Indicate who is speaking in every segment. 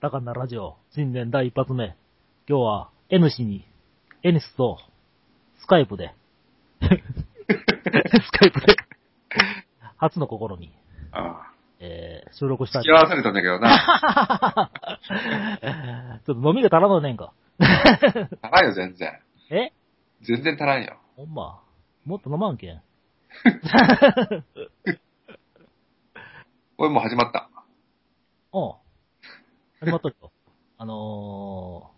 Speaker 1: ラカンナラジオ、新年第一発目。今日は、N 氏に、N 氏と、スカイプで、 スカイプで、初の試み、
Speaker 2: あ
Speaker 1: えー、収録し
Speaker 2: あ。
Speaker 1: たい
Speaker 2: 付き合わされたんだけどな。
Speaker 1: ちょっと飲みが足らんのねんか。
Speaker 2: 足らんよ、全然。
Speaker 1: え
Speaker 2: 全然足らんよ。
Speaker 1: ほんま。もっと飲まんけん。
Speaker 2: おい、もう始まった。
Speaker 1: おう。始まっとるよ。あの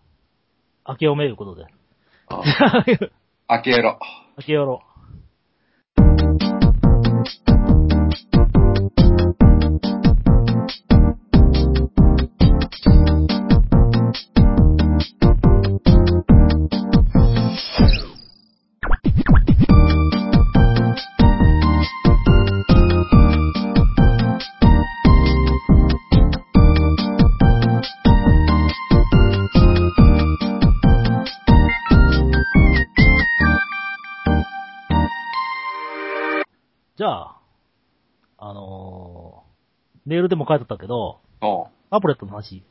Speaker 1: ー、明けおめいうことで。
Speaker 2: ああ明けろ。
Speaker 1: 明けよろ。じゃあ、あのー、メールでも書いてたけど、
Speaker 2: おう
Speaker 1: タブレットの話。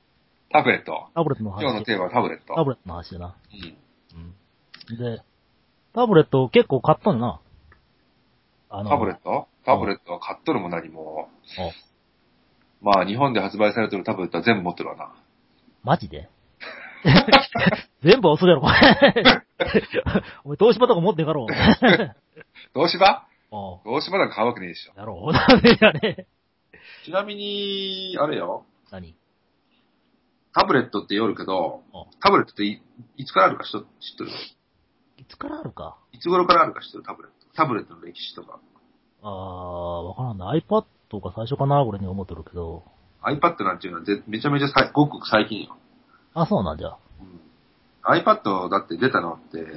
Speaker 2: タブレット。
Speaker 1: タブレットの
Speaker 2: 今日の
Speaker 1: 話。
Speaker 2: テーマはタブレット。
Speaker 1: タブレットの話だな。
Speaker 2: うん。
Speaker 1: うん。で、タブレット結構買ったんよな。あ
Speaker 2: タブレットタブレットは買っとるも何も。まあ、日本で発売されてるタブレットは全部持ってるわな。
Speaker 1: マジで 全部嘘だろ、 これ。お前、東芝とか持ってんかろ。
Speaker 2: 東芝
Speaker 1: おう
Speaker 2: 東芝なんか買うわけねえでしょ。
Speaker 1: だろう。ダメだね。
Speaker 2: ちなみに、あれよ。
Speaker 1: 何
Speaker 2: タブレットって言おるけど
Speaker 1: お、
Speaker 2: タブレットっていいつからあるか知っと知っとる
Speaker 1: いつからあるか。
Speaker 2: いつ頃からあるか知っとるタブレット。タブレットの歴史とか。
Speaker 1: あー、わからんな。iPad が最初かな、これに思ってるけど。
Speaker 2: iPad なんていうのはぜめちゃめちゃさいごくごく最近よ。
Speaker 1: あ、そうなんじゃ。
Speaker 2: うん、iPad だって出たのって、
Speaker 1: うん。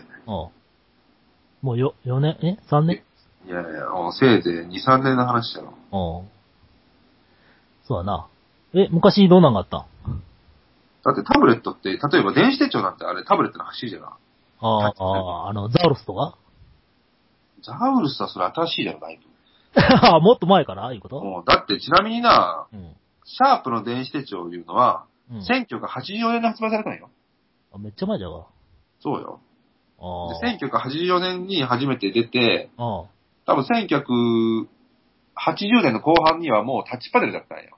Speaker 1: もうよ、4年、え ?3 年
Speaker 2: いやいや、もうせいぜい2、3年の話だろ。
Speaker 1: うん。そうだな。え、昔どうなんかあったん
Speaker 2: だってタブレットって、例えば電子手帳なんてあれタブレットの走りじゃな。
Speaker 1: あーあー、あの、ザウルスとか
Speaker 2: ザウルスはそれ新しいじゃん、だいぶ。
Speaker 1: あー もっと前からいうこと
Speaker 2: もう、だってちなみにな、
Speaker 1: うん。
Speaker 2: シャープの電子手帳いうのは、
Speaker 1: うん。
Speaker 2: 1984年に発売されたんよ。
Speaker 1: あめっちゃ前じゃが。
Speaker 2: そうよ。
Speaker 1: あ
Speaker 2: で、1984年に初めて出て、
Speaker 1: あ。うん。
Speaker 2: 多分1980年の後半にはもうタッチパネルだったんよ。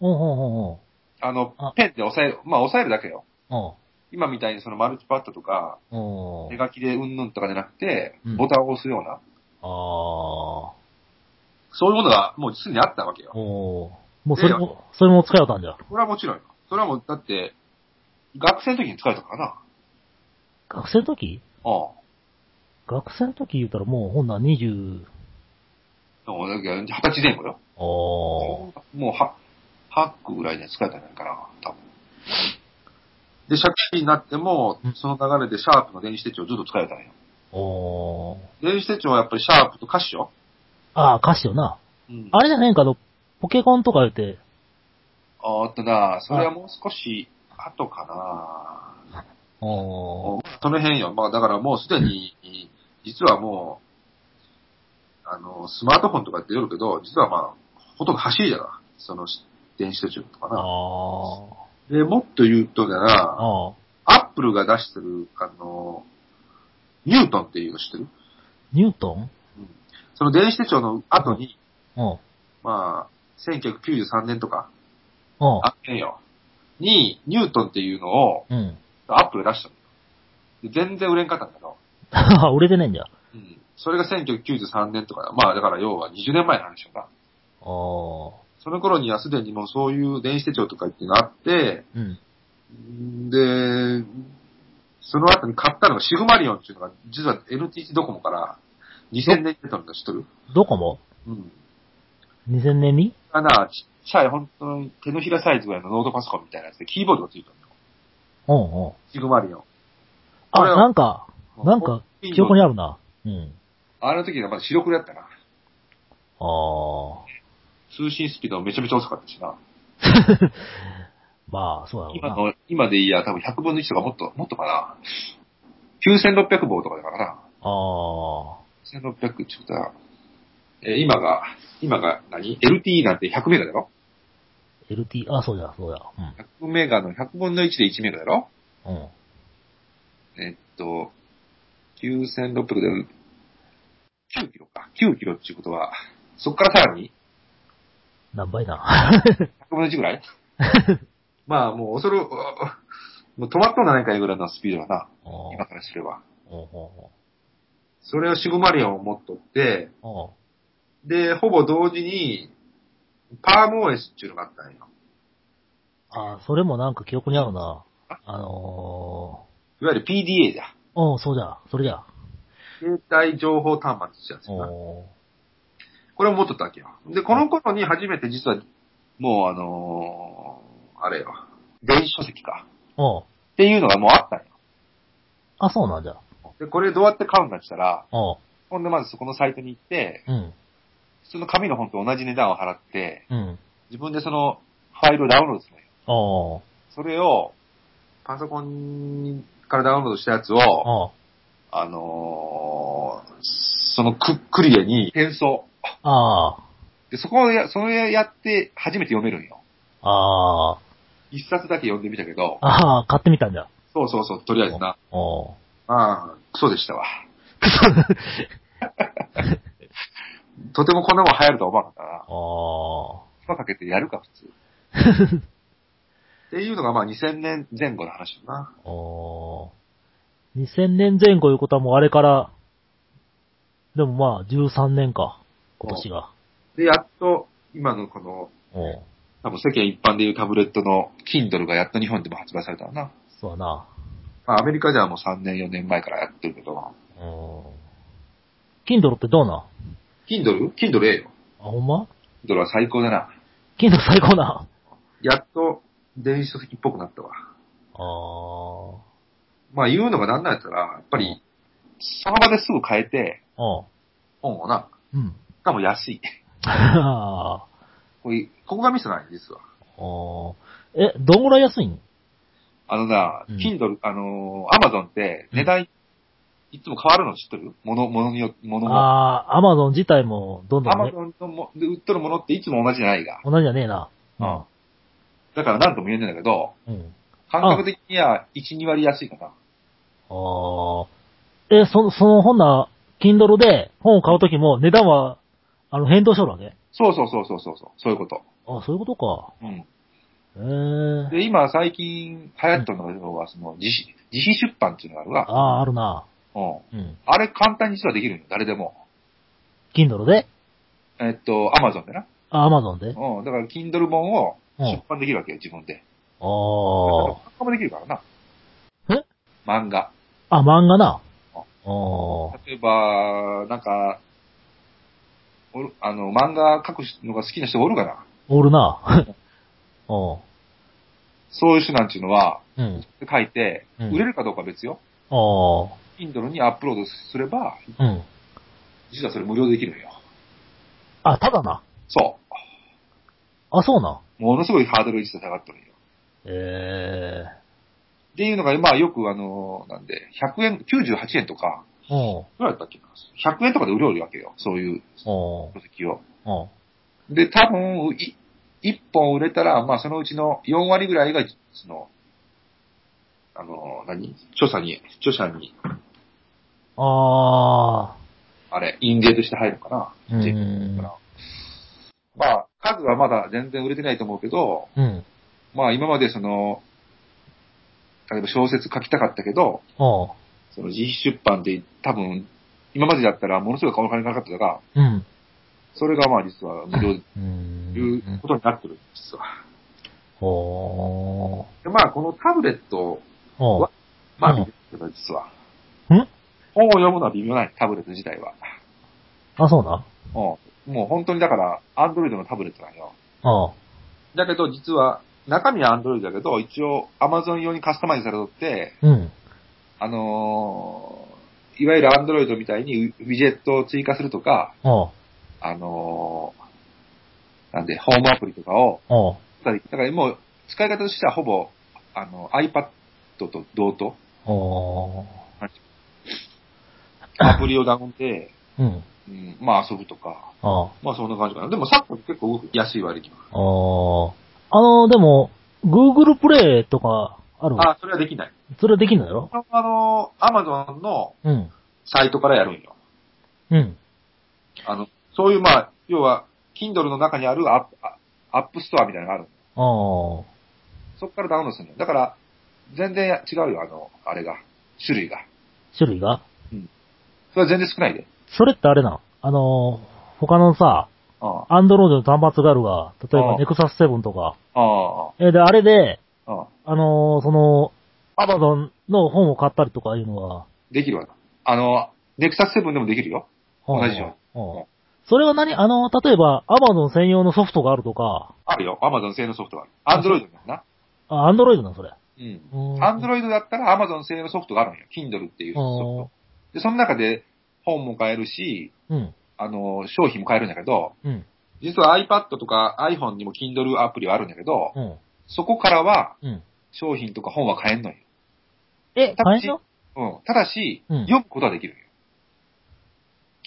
Speaker 1: うん、うん、うん、
Speaker 2: あの
Speaker 1: あ、
Speaker 2: ペンで押さえる、まあ押さえるだけよ。
Speaker 1: うん。
Speaker 2: 今みたいにそのマルチパッドとか、
Speaker 1: うん。う
Speaker 2: 手
Speaker 1: ん。
Speaker 2: 書きでうんぬんとかじゃなくて
Speaker 1: うん、
Speaker 2: ボタンを押すような、
Speaker 1: あ
Speaker 2: そういうものがもうすでにあったわけ
Speaker 1: あ。
Speaker 2: よ。
Speaker 1: おーもうそれも、それも使えたんじゃ。
Speaker 2: これはもちろんよ。それはもう、だって、学生の時に使えたからな。
Speaker 1: 学生の時
Speaker 2: うん。
Speaker 1: 学生の時言うたらもうほんなら20、
Speaker 2: 俺、二十歳前後よ。
Speaker 1: おー。
Speaker 2: もう、は、ハックぐらいには使えたんじゃないかな、多分。で、借金になっても
Speaker 1: うん、
Speaker 2: その流れでシャープの電子手帳ずっと使えたんよ。
Speaker 1: おー。
Speaker 2: 電子手帳はやっぱりシャープとカシオ
Speaker 1: ああ、歌詞よな。
Speaker 2: うん。
Speaker 1: あれじゃねえんか、あの、ポケコンとか言って、
Speaker 2: ああとな、それはもう少し後かな。
Speaker 1: おー。
Speaker 2: その辺よ。まあだからもうすでに、実はもう、あの、スマートフォンとかって言うけど、実はまあ、ほとんど走りじゃな。その、電子手帳とかな。
Speaker 1: あー。
Speaker 2: で、もっと言うとだな、
Speaker 1: ああ。
Speaker 2: アップルが出してる、あの、ニュートンっていうの知ってる
Speaker 1: ニュートン
Speaker 2: その電子手帳の後に、
Speaker 1: うん。
Speaker 2: まあ、1993年とか、
Speaker 1: うん。
Speaker 2: あってんよ。に、ニュートンっていうのを、
Speaker 1: うん。
Speaker 2: アップルが出したので全然売れんかったんだけど、
Speaker 1: 売れてねえんじゃ。あ
Speaker 2: うん。それが1993年とかだ。まあだから要は20年前の話だな。
Speaker 1: あ。
Speaker 2: その頃にはすでにもうそういう電子手帳とかっていうのがあって、
Speaker 1: うん。
Speaker 2: で、その後に買ったのがシグマリオンっていうのが、実は NTT ドコモから2000年に出たのだ知っとる
Speaker 1: どこも
Speaker 2: うん。
Speaker 1: ?2000 年に
Speaker 2: あな、ちっちゃい本当に手のひらサイズぐらいのノートパソコンみたいなやつでキーボードがついてるの。
Speaker 1: うんうん。
Speaker 2: シグマリオン。
Speaker 1: あ、
Speaker 2: これは
Speaker 1: なんか、なんか、記憶にあるな。うん。
Speaker 2: あの時がまだ白黒だったな。
Speaker 1: ああ。
Speaker 2: 通信スピードもめちゃめちゃ遅かったしな。
Speaker 1: まあ、そうだ
Speaker 2: 今
Speaker 1: ろうな。
Speaker 2: の、今でいいや、多分100分の1とかもっと、もっとかな。9600棒とかだからな。
Speaker 1: ああ。
Speaker 2: 1600ってことは、えー今が、今が何 ?LTE なんて100メガだろ
Speaker 1: LT、あ、そうや、そうや。
Speaker 2: 100メガの100分の1で1メガだろ
Speaker 1: うん。うん。
Speaker 2: えっと、9600で9キロか。9キロっていうことは、そっからさらに
Speaker 1: 何 倍な。
Speaker 2: 100分の1ぐら いまあもう恐る、もう止まっとんじゃないかいうぐらいのスピードだな。
Speaker 1: お
Speaker 2: 今からすれば。
Speaker 1: おお
Speaker 2: それをシグマリオンを持っとって、
Speaker 1: おお
Speaker 2: で、ほぼ同時に、パーム OS っていうのがあったんよ。
Speaker 1: あ、それもなんか記憶にあるな。あの
Speaker 2: いわゆる PDA だ。
Speaker 1: ー、おそうじゃ、それじゃ。
Speaker 2: 携帯情報端末ってやつだな。
Speaker 1: お
Speaker 2: これを持っとったわけよ。で、この頃に初めて実は、もうあのーあれよ、電子書籍か。
Speaker 1: お
Speaker 2: っていうのがもうあったんよ。
Speaker 1: あ、そうなんじゃ。
Speaker 2: で、これどうやって買うんだって言ったら、
Speaker 1: お
Speaker 2: ほんでまずそこのサイトに行って、
Speaker 1: うん。
Speaker 2: 普通の紙の本と同じ値段を払って、
Speaker 1: うん。
Speaker 2: 自分でそのファイルをダウンロードするのよ。
Speaker 1: おお
Speaker 2: それを、パソコンからダウンロードしたやつを、
Speaker 1: お
Speaker 2: あのー、そのククリエに転送。
Speaker 1: あ
Speaker 2: で、そこをや、それやって初めて読めるんよ。
Speaker 1: あ、ああ、
Speaker 2: 一冊だけ読んでみたけど、
Speaker 1: ああ、買ってみたんじゃ。
Speaker 2: そうそうそう、とりあえずな。
Speaker 1: お
Speaker 2: ああ、クソでしたわ。とてもこんなもん流行るとは思わなかったな。
Speaker 1: お
Speaker 2: 手間かけてやるか、普通。 っていうのがまあ2000年前後の話だな。
Speaker 1: おお2000年前後いうことはもうあれから、でもまあ13年か、今年が。
Speaker 2: で、やっと今のこの、
Speaker 1: おお
Speaker 2: 多分世間一般でいうタブレットの Kindle がやっと日本でも発売されたわな。
Speaker 1: そうやな。
Speaker 2: まあアメリカではもう3年4年前からやってるけど、
Speaker 1: おキンドルってどうなん
Speaker 2: Kindle?Kindle ええよ。
Speaker 1: あ、ほんま
Speaker 2: Kindle は最高だな。
Speaker 1: キンドル最高な。
Speaker 2: やっと電子書籍っぽくなったわ。
Speaker 1: ああ、
Speaker 2: まあ言うのがなんなんやったら、やっ
Speaker 1: う
Speaker 2: ぱ
Speaker 1: ん
Speaker 2: り、その場ですぐ変えて、
Speaker 1: おう
Speaker 2: 本をな、
Speaker 1: うん。
Speaker 2: しかも安い。
Speaker 1: あ
Speaker 2: こういうここがミスなんや、実は。
Speaker 1: ーおーえ、どんぐらい安いん
Speaker 2: あのな、
Speaker 1: うん
Speaker 2: Kindle、あのー、Amazon って値段、いつも変わるの知ってるもの、ものによって、ものも。
Speaker 1: ああ、アマゾン自体もどんどんね、
Speaker 2: Amazon のもで売っとるものっていつも同じじゃないが。
Speaker 1: 同じじゃねえな。
Speaker 2: うんだからなんとも言えないんだけど、
Speaker 1: うん。
Speaker 2: 感覚的には1、2割安いかな。
Speaker 1: ああ。え、その、その本な、Kindle で本を買うときも値段は、あの、変動しとるわけ
Speaker 2: そうそうそうそうそうそう、そういうこと。
Speaker 1: あそういうことか。
Speaker 2: うん。
Speaker 1: ええ
Speaker 2: で、今最近流行ったのが、要はその自費、自費出版っていうのがある
Speaker 1: あ
Speaker 2: が、
Speaker 1: あ、あるな。
Speaker 2: うん。
Speaker 1: うん。
Speaker 2: あれ簡単に実はできるんよ、誰でも。
Speaker 1: Kindle で
Speaker 2: えっと、アマゾンでな。
Speaker 1: あ、Amazon で
Speaker 2: うん。だから、Kindle 本を
Speaker 1: うん
Speaker 2: 出版できるわけよ、自分で。
Speaker 1: あ
Speaker 2: 漫画もできるからな。
Speaker 1: え
Speaker 2: 漫画。
Speaker 1: あ。あ、漫画な。あ
Speaker 2: あ
Speaker 1: あ。
Speaker 2: 例えば、なんか、おるあの、漫画書くのが好きな人がおるかな。
Speaker 1: おる な。おう
Speaker 2: そういう人なんていうのは、
Speaker 1: うん。
Speaker 2: 書いて、
Speaker 1: うん
Speaker 2: 売れるかどうかは別よ。
Speaker 1: ああ。
Speaker 2: Kindle にアップロードすれば、
Speaker 1: うん。
Speaker 2: 実はそれ無料でできるんよ。
Speaker 1: あ、ただな。
Speaker 2: そ
Speaker 1: あ、そうな。
Speaker 2: う。ものすごいハードルが実は下がってるんよ。
Speaker 1: え
Speaker 2: っていうのが、まあよくあの、なんで、100円、98円とか、
Speaker 1: えおう
Speaker 2: どうやったっけな ?100 円とかで売れるわけよ。そういう
Speaker 1: おう
Speaker 2: 書籍を。
Speaker 1: おう
Speaker 2: で、多分、い一本売れたら、まあ、そのうちの4割ぐらいが、その、あの、何著者に、著者に、
Speaker 1: ああ。
Speaker 2: あれ、印税として入るのか
Speaker 1: う
Speaker 2: なっていう。
Speaker 1: ん。
Speaker 2: まあ、数はまだ全然売れてないと思うけど、
Speaker 1: うん。
Speaker 2: まあ、今までその、例えば小説書きたかったけど、
Speaker 1: おう
Speaker 2: その自費出版で多分、今までだったらものすごいお金がかかったが、
Speaker 1: うん。
Speaker 2: それがまあ実は無料
Speaker 1: う。
Speaker 2: というんことになってる、実は。
Speaker 1: おー。
Speaker 2: でまあこのタブレットを
Speaker 1: おう
Speaker 2: わまあ、
Speaker 1: うん
Speaker 2: 微妙だけど、実は。
Speaker 1: ん
Speaker 2: 本を読むのは微妙ない、タブレット自体は。
Speaker 1: あ、そうな。
Speaker 2: うん。もう本当にだから、アンドロイドのタブレットなんよ。
Speaker 1: おう
Speaker 2: だけど、実は、中身はアンドロイドだけど、一応、アマゾン用にカスタマイズされとって、
Speaker 1: うん。
Speaker 2: あのーいわゆるアンドロイドみたいにウウィジェットを追加するとか、
Speaker 1: おう
Speaker 2: あのーなんで、ホームアプリとかを、
Speaker 1: おう
Speaker 2: だからもう、使い方としてはほぼ、あの、iPad と同等、
Speaker 1: おー。
Speaker 2: アプリをダウンで、
Speaker 1: うん。
Speaker 2: うん、まあ遊ぶとか、
Speaker 1: おう
Speaker 2: まあそんな感じかな。でもサッカー結構動く安い割には。
Speaker 1: おー。あの、でも、Google プレイとかある
Speaker 2: あ、それはできない。
Speaker 1: それはできんのやろ
Speaker 2: これはあの、アマゾンの
Speaker 1: うん。
Speaker 2: サイトからやるんよ。
Speaker 1: うん。
Speaker 2: あの、そういうまあ、要は、Kindle の中にあるアップ、アップストアみたいなのがある。
Speaker 1: ああ。
Speaker 2: そこからダウンロードするのよ。だから、全然違うよ、あの、あれが。種類が。
Speaker 1: 種類が
Speaker 2: それは全然少ないで。
Speaker 1: それってあれなんあの、他のさ、
Speaker 2: ああ、
Speaker 1: アンドロイドの端末があるが、例え
Speaker 2: あ
Speaker 1: ば
Speaker 2: あ
Speaker 1: Nexus7 とか。
Speaker 2: あ
Speaker 1: え、で、あれで、
Speaker 2: あ、ああ。
Speaker 1: あのーその、アマゾンの本を買ったりとかいうのは、
Speaker 2: できるわ。あの、ネクサス7でもできるよ。同じじゃん
Speaker 1: うん
Speaker 2: うん
Speaker 1: それは何あの、例えば、アマゾン専用のソフトがあるとか、
Speaker 2: あるよ。アマゾン製のソフトがある。アンドロイドだな。
Speaker 1: あ、アンドロイドな、それ。
Speaker 2: うん。
Speaker 1: うん
Speaker 2: アンドロイドだったらアマゾン製のソフトがあるんよ。Kindle っていうソフト。で、その中で本も買えるし、
Speaker 1: うん。
Speaker 2: あの、商品も買えるんだけど、
Speaker 1: うん。
Speaker 2: 実は iPad とか iPhone にも Kindle アプリはあるんだけど、
Speaker 1: うん。
Speaker 2: そこからは
Speaker 1: うん。
Speaker 2: 商品とか本は買えんのよ。
Speaker 1: え、
Speaker 2: タ
Speaker 1: 大
Speaker 2: クシ
Speaker 1: 変
Speaker 2: ー
Speaker 1: よ
Speaker 2: うん。ただし、
Speaker 1: うん
Speaker 2: 読むことはできるんよ。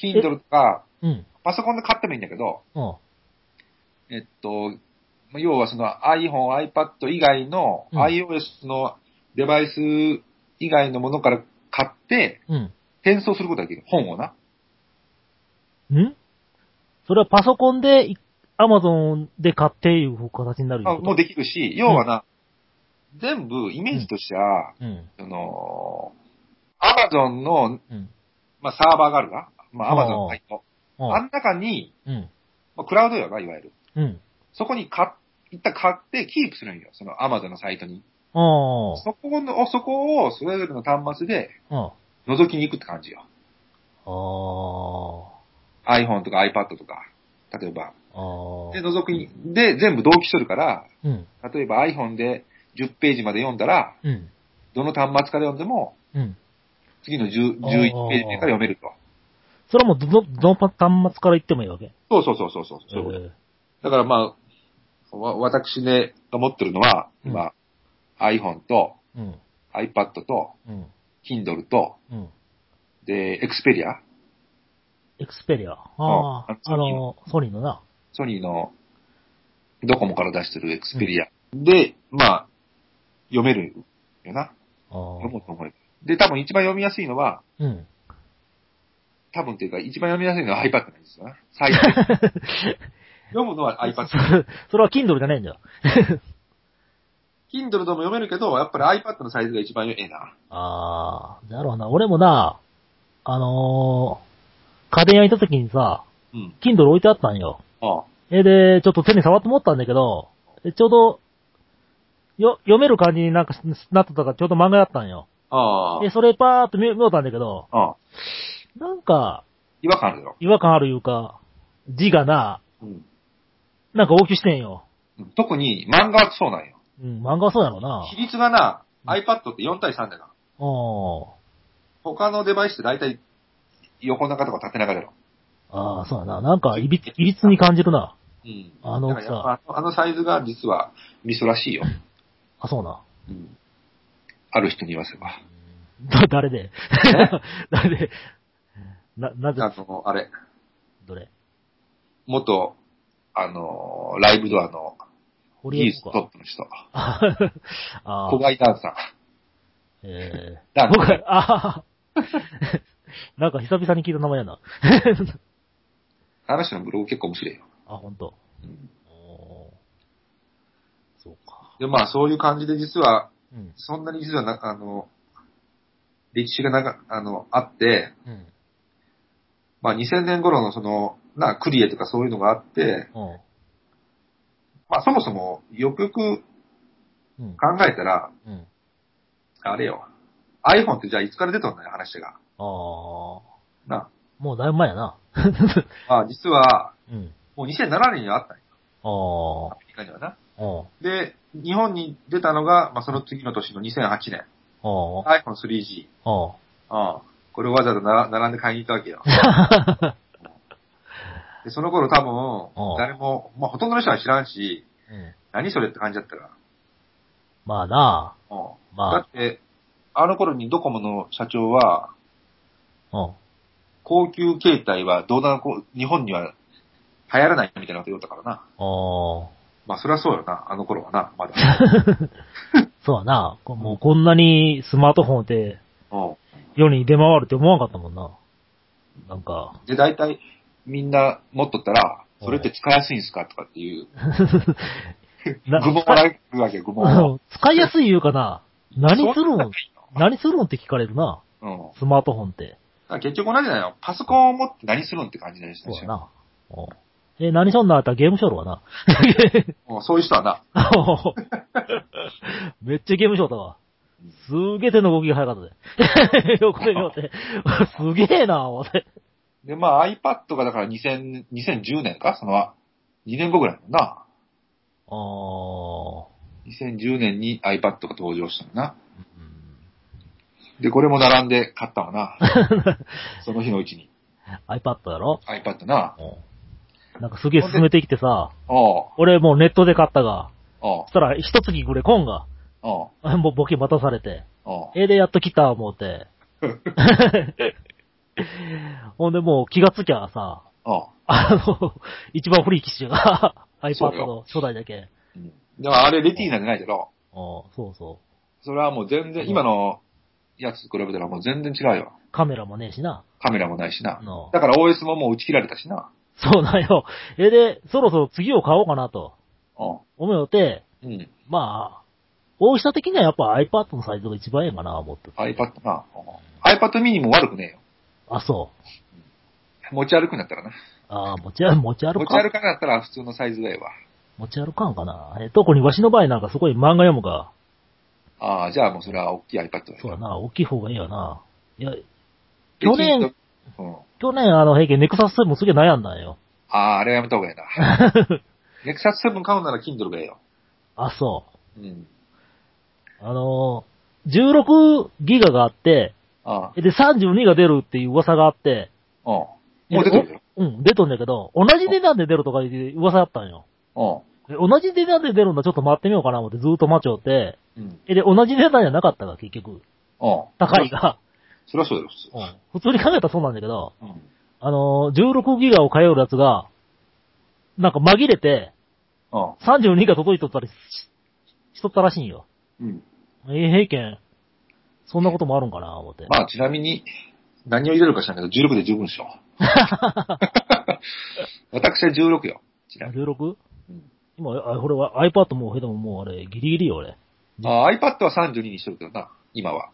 Speaker 2: Kindle とか、
Speaker 1: うん。
Speaker 2: パソコンで買ってもいいんだけど、
Speaker 1: うん。
Speaker 2: えっと、まあ要はその iPhone、iPad 以外の
Speaker 1: うん
Speaker 2: iOS のデバイス以外のものから買って
Speaker 1: うん。
Speaker 2: 転送することができる。本をな。
Speaker 1: んそれはパソコンで、いアマゾンで買っていう形になる
Speaker 2: まあ、もうできるし、要はな、全部イメージとしては、
Speaker 1: うん。
Speaker 2: その、Amazon の、
Speaker 1: うん。
Speaker 2: まあ、サーバーがあるな。まあ、
Speaker 1: ああ
Speaker 2: Amazon のサイト。
Speaker 1: う
Speaker 2: あ
Speaker 1: ん。
Speaker 2: ん中に、
Speaker 1: うん。
Speaker 2: まあ、クラウドよな、いわゆる。
Speaker 1: うん。
Speaker 2: そこに買っ一旦買ってキープするんよ。その Amazon のサイトに。
Speaker 1: あ
Speaker 2: そこの、そこをそれぞれの端末で
Speaker 1: あ。うん。
Speaker 2: 覗きに行くって感じよ。
Speaker 1: ああ。
Speaker 2: iPhone とか iPad とか、例えば。
Speaker 1: ああ。
Speaker 2: で、覗くに、で、全部同期しとるから、
Speaker 1: うん。
Speaker 2: 例えば iPhone で10ページまで読んだら、
Speaker 1: うん。
Speaker 2: どの端末から読んでも、
Speaker 1: うん。
Speaker 2: 次の10 11
Speaker 1: あー
Speaker 2: ページ目から読めると。
Speaker 1: それはもうど、どの端末から行ってもいいわけ
Speaker 2: そうそうそうそうそうそういうこと。だからまあ、わ私ね、が持ってるのは、今、iPhone と
Speaker 1: えーうん。
Speaker 2: iPad と
Speaker 1: うん。
Speaker 2: Kindle と、
Speaker 1: うん。
Speaker 2: で、Xperia、
Speaker 1: エクスペリア。あ
Speaker 2: あ
Speaker 1: あ
Speaker 2: あ、
Speaker 1: あの、ソニーのな。
Speaker 2: ソニーのドコモから出してる Xperia、で、まあ、読めるよな。
Speaker 1: ああ。
Speaker 2: 読もうと思えば。で、多分一番読みやすいのは、
Speaker 1: うん。
Speaker 2: 多分っていうか、一番読みやすいのは iPad なんですよね。最初。読むのは iPad
Speaker 1: そ。れそれは Kindle じゃねえんだよ。
Speaker 2: Kindle でも読めるけど、やっぱり iPad のサイズが一番ええな。
Speaker 1: ああ、なるほどな。俺もな、あのー、家電屋行った時にさ、
Speaker 2: うん。
Speaker 1: Kindle 置いてあったんよ。
Speaker 2: ああ。
Speaker 1: え、で、ちょっと手に触って思ったんだけど、えちょうど、よ、読める感じになんかなってたからちょうど漫画だったんよ。
Speaker 2: あ
Speaker 1: で、それパーっと見、見よったんだけど、
Speaker 2: あ。ああ。
Speaker 1: なんか、
Speaker 2: 違和感あるだろ。
Speaker 1: 違和感あるいうか、字がな、
Speaker 2: うん。
Speaker 1: なんか応急してんよ。
Speaker 2: 特に漫画はそうなんよ。
Speaker 1: うん、漫画はそうやろな。
Speaker 2: 比率がな、
Speaker 1: うん
Speaker 2: iPad って4対3だな。
Speaker 1: おー
Speaker 2: 他のデバイスって大体横長とか縦長だろ。
Speaker 1: ああ、そうやな。なんか、いびつ、いびつに感じるな。
Speaker 2: うん。
Speaker 1: あの
Speaker 2: だからやっぱあのあのサイズが実はミソらしいよ。
Speaker 1: あ、そうな。
Speaker 2: うん。ある人に言わせば。
Speaker 1: だ、誰で 誰でな、なぜ、
Speaker 2: あの、あれ。
Speaker 1: どれ
Speaker 2: 元、あのー、ライブドアの
Speaker 1: 堀江
Speaker 2: 技術ト
Speaker 1: 子
Speaker 2: ッ
Speaker 1: か。
Speaker 2: プの人。
Speaker 1: あ あ
Speaker 2: 小貝ダンさん。
Speaker 1: ええ
Speaker 2: ダン
Speaker 1: 僕、ああ、 なんか久々に聞いた名前やな。
Speaker 2: あの人のブログ結構面白いよ。
Speaker 1: あ、ほんと。
Speaker 2: うん
Speaker 1: おーそうか。
Speaker 2: で、まあそういう感じで実は、
Speaker 1: うん、
Speaker 2: そんなに実はな、あの、歴史がなが、あの、あって、
Speaker 1: うん、
Speaker 2: まあ2000年頃のその、な、クリエとかそういうのがあって、
Speaker 1: うん、
Speaker 2: まあそもそも、よくよく
Speaker 1: うん、
Speaker 2: 考えたら、
Speaker 1: うん。
Speaker 2: あれよ。iPhone ってじゃあいつから出たんだよ、話が。
Speaker 1: ああ、も
Speaker 2: な。
Speaker 1: うだいぶ前やな。
Speaker 2: まあ実は、
Speaker 1: うん。
Speaker 2: もう2007年にはあったんよ。
Speaker 1: ああ
Speaker 2: ア、メリカにはな。
Speaker 1: うん、
Speaker 2: で、日本に出たのが、まあ、その次の年の2008年。
Speaker 1: うん、
Speaker 2: iPhone3G。
Speaker 1: うん。
Speaker 2: うん。これをわざわざな並んで買いに行ったわ けよ。で、その頃多
Speaker 1: うん
Speaker 2: 分、誰も、まあ、ほとんどの人は知らんし、
Speaker 1: うん
Speaker 2: 何それって感じだったから。
Speaker 1: まあな
Speaker 2: うん。
Speaker 1: あ、ま
Speaker 2: だって、あの頃にドコモの社長は、
Speaker 1: あ、うん。
Speaker 2: 高級携帯はどうだこう、日本には流行らないみたいなこと言おったからな。
Speaker 1: ああ、
Speaker 2: まあ、そりゃそうよな、あの頃はな、 まだ。
Speaker 1: そうやな。こもうこんなにスマートフォンって
Speaker 2: うん。
Speaker 1: 世に出回るって思わんかったもんな。なんか、
Speaker 2: で、大体、みんな持っとったら、それって使いやすいんすかとかっていう、
Speaker 1: な
Speaker 2: 愚問をられるわけよ、愚問を。
Speaker 1: 使いやすい言うかな。 何する
Speaker 2: そんな
Speaker 1: の
Speaker 2: 高い
Speaker 1: 何するのって聞かれるな。
Speaker 2: のうん。だ
Speaker 1: スマートフォンって。
Speaker 2: から結局同じだよ。パソコンを持って何するんって感じでした
Speaker 1: そう
Speaker 2: し
Speaker 1: や、な。うんえ、何しょんなあった らゲームショールはな。
Speaker 2: もうそういう人はな、
Speaker 1: めっちゃゲームショーだわ。すーげえ手の動きが早かったで。 よくてよって。すげえな、思って。
Speaker 2: で、まあ iPad がだから2000 2010年かその、2年後ぐらいだもんな。
Speaker 1: あー。
Speaker 2: 2010年に iPad が登場したのな。
Speaker 1: うん
Speaker 2: で、これも並んで買ったわ な。その日のうちに。
Speaker 1: iPad だろ
Speaker 2: iPad な。
Speaker 1: うんなんかすげえ進めてきてさ、
Speaker 2: おう
Speaker 1: 俺もうネットで買ったが、
Speaker 2: おう
Speaker 1: そしたら一月ぐれコンが、
Speaker 2: おう
Speaker 1: もうボケ待たされて、
Speaker 2: おう
Speaker 1: ええでやっと来た思う て。ほんでもう気がつきゃさ、
Speaker 2: おう
Speaker 1: あの、一番古い機種が
Speaker 2: そう
Speaker 1: iPad
Speaker 2: よ
Speaker 1: の初代だけ。
Speaker 2: うんでもあれレティーナじゃないけど、
Speaker 1: ああそうそ
Speaker 2: それはもう全然、今のやつと比べたらもう全然違うよ。
Speaker 1: う。カメラもねえしな。
Speaker 2: カメラもないしな。
Speaker 1: の
Speaker 2: だから OS ももう打ち切られたしな。
Speaker 1: そうなんよ。えで、そろそろ次を買おうかなと
Speaker 2: おう
Speaker 1: 思うよって、
Speaker 2: うん。
Speaker 1: まあ、大きさ的にはやっぱ iPad のサイズが一番ええんかな思って。
Speaker 2: iPad な。おう iPad mini も悪くねえよ。
Speaker 1: あ、そう。
Speaker 2: 持ち歩くんだったらな。
Speaker 1: ああ、 持ち歩、持ち歩
Speaker 2: 持
Speaker 1: か
Speaker 2: ち歩かなかったら普通のサイズだよわ。
Speaker 1: 持ち歩かんかな。え、特にわしの場合なんかそこに漫画読むか。
Speaker 2: ああ、じゃあもうそれは大きい iPad だよ
Speaker 1: そうだな、大きい方がいいよな。いや、
Speaker 2: で
Speaker 1: 去年
Speaker 2: きっとうん。
Speaker 1: 去年あの、平均ネクサス7もすげえ悩んだんよ。
Speaker 2: ああ、あれはやめた方がいいな。 ネクサス7買うなら Kindle がいいよ。
Speaker 1: あ、そ
Speaker 2: うん。
Speaker 1: う。あのー、16ギガがあって、
Speaker 2: あ
Speaker 1: で、32が出るっていう噂があって、
Speaker 2: あ、うん。もう出てるよ。
Speaker 1: うん、出とんだけど、同じ値段で出るとかいう噂だったんよ。
Speaker 2: う
Speaker 1: で同じ値段で出るんだ、ちょっと待ってみようかな思ってずーっと待ちよって、
Speaker 2: ん。うん。
Speaker 1: え、で、同じ値段じゃなかったが、結局。
Speaker 2: うん。
Speaker 1: 高いが。
Speaker 2: そりゃそうだよ、普
Speaker 1: うん普通に考えたらそうなんだけど、
Speaker 2: 通。うん。
Speaker 1: あのー、16ギガを買えるやつが、なんか紛れて、
Speaker 2: うん
Speaker 1: 32が届いとったりししとったらしいんよ。
Speaker 2: うん。
Speaker 1: ええ平均、そんなこともあるんかな、思って。
Speaker 2: まあ、ちなみに、何を入れるか知らんけど、16で十分で しょ。 私は16よ。ちなみに。
Speaker 1: 16?
Speaker 2: うん
Speaker 1: 今、あこれは iPad も、へでももうあれ、ギリギリよ、俺。
Speaker 2: ああ、iPad は32にしてるけどな、今は。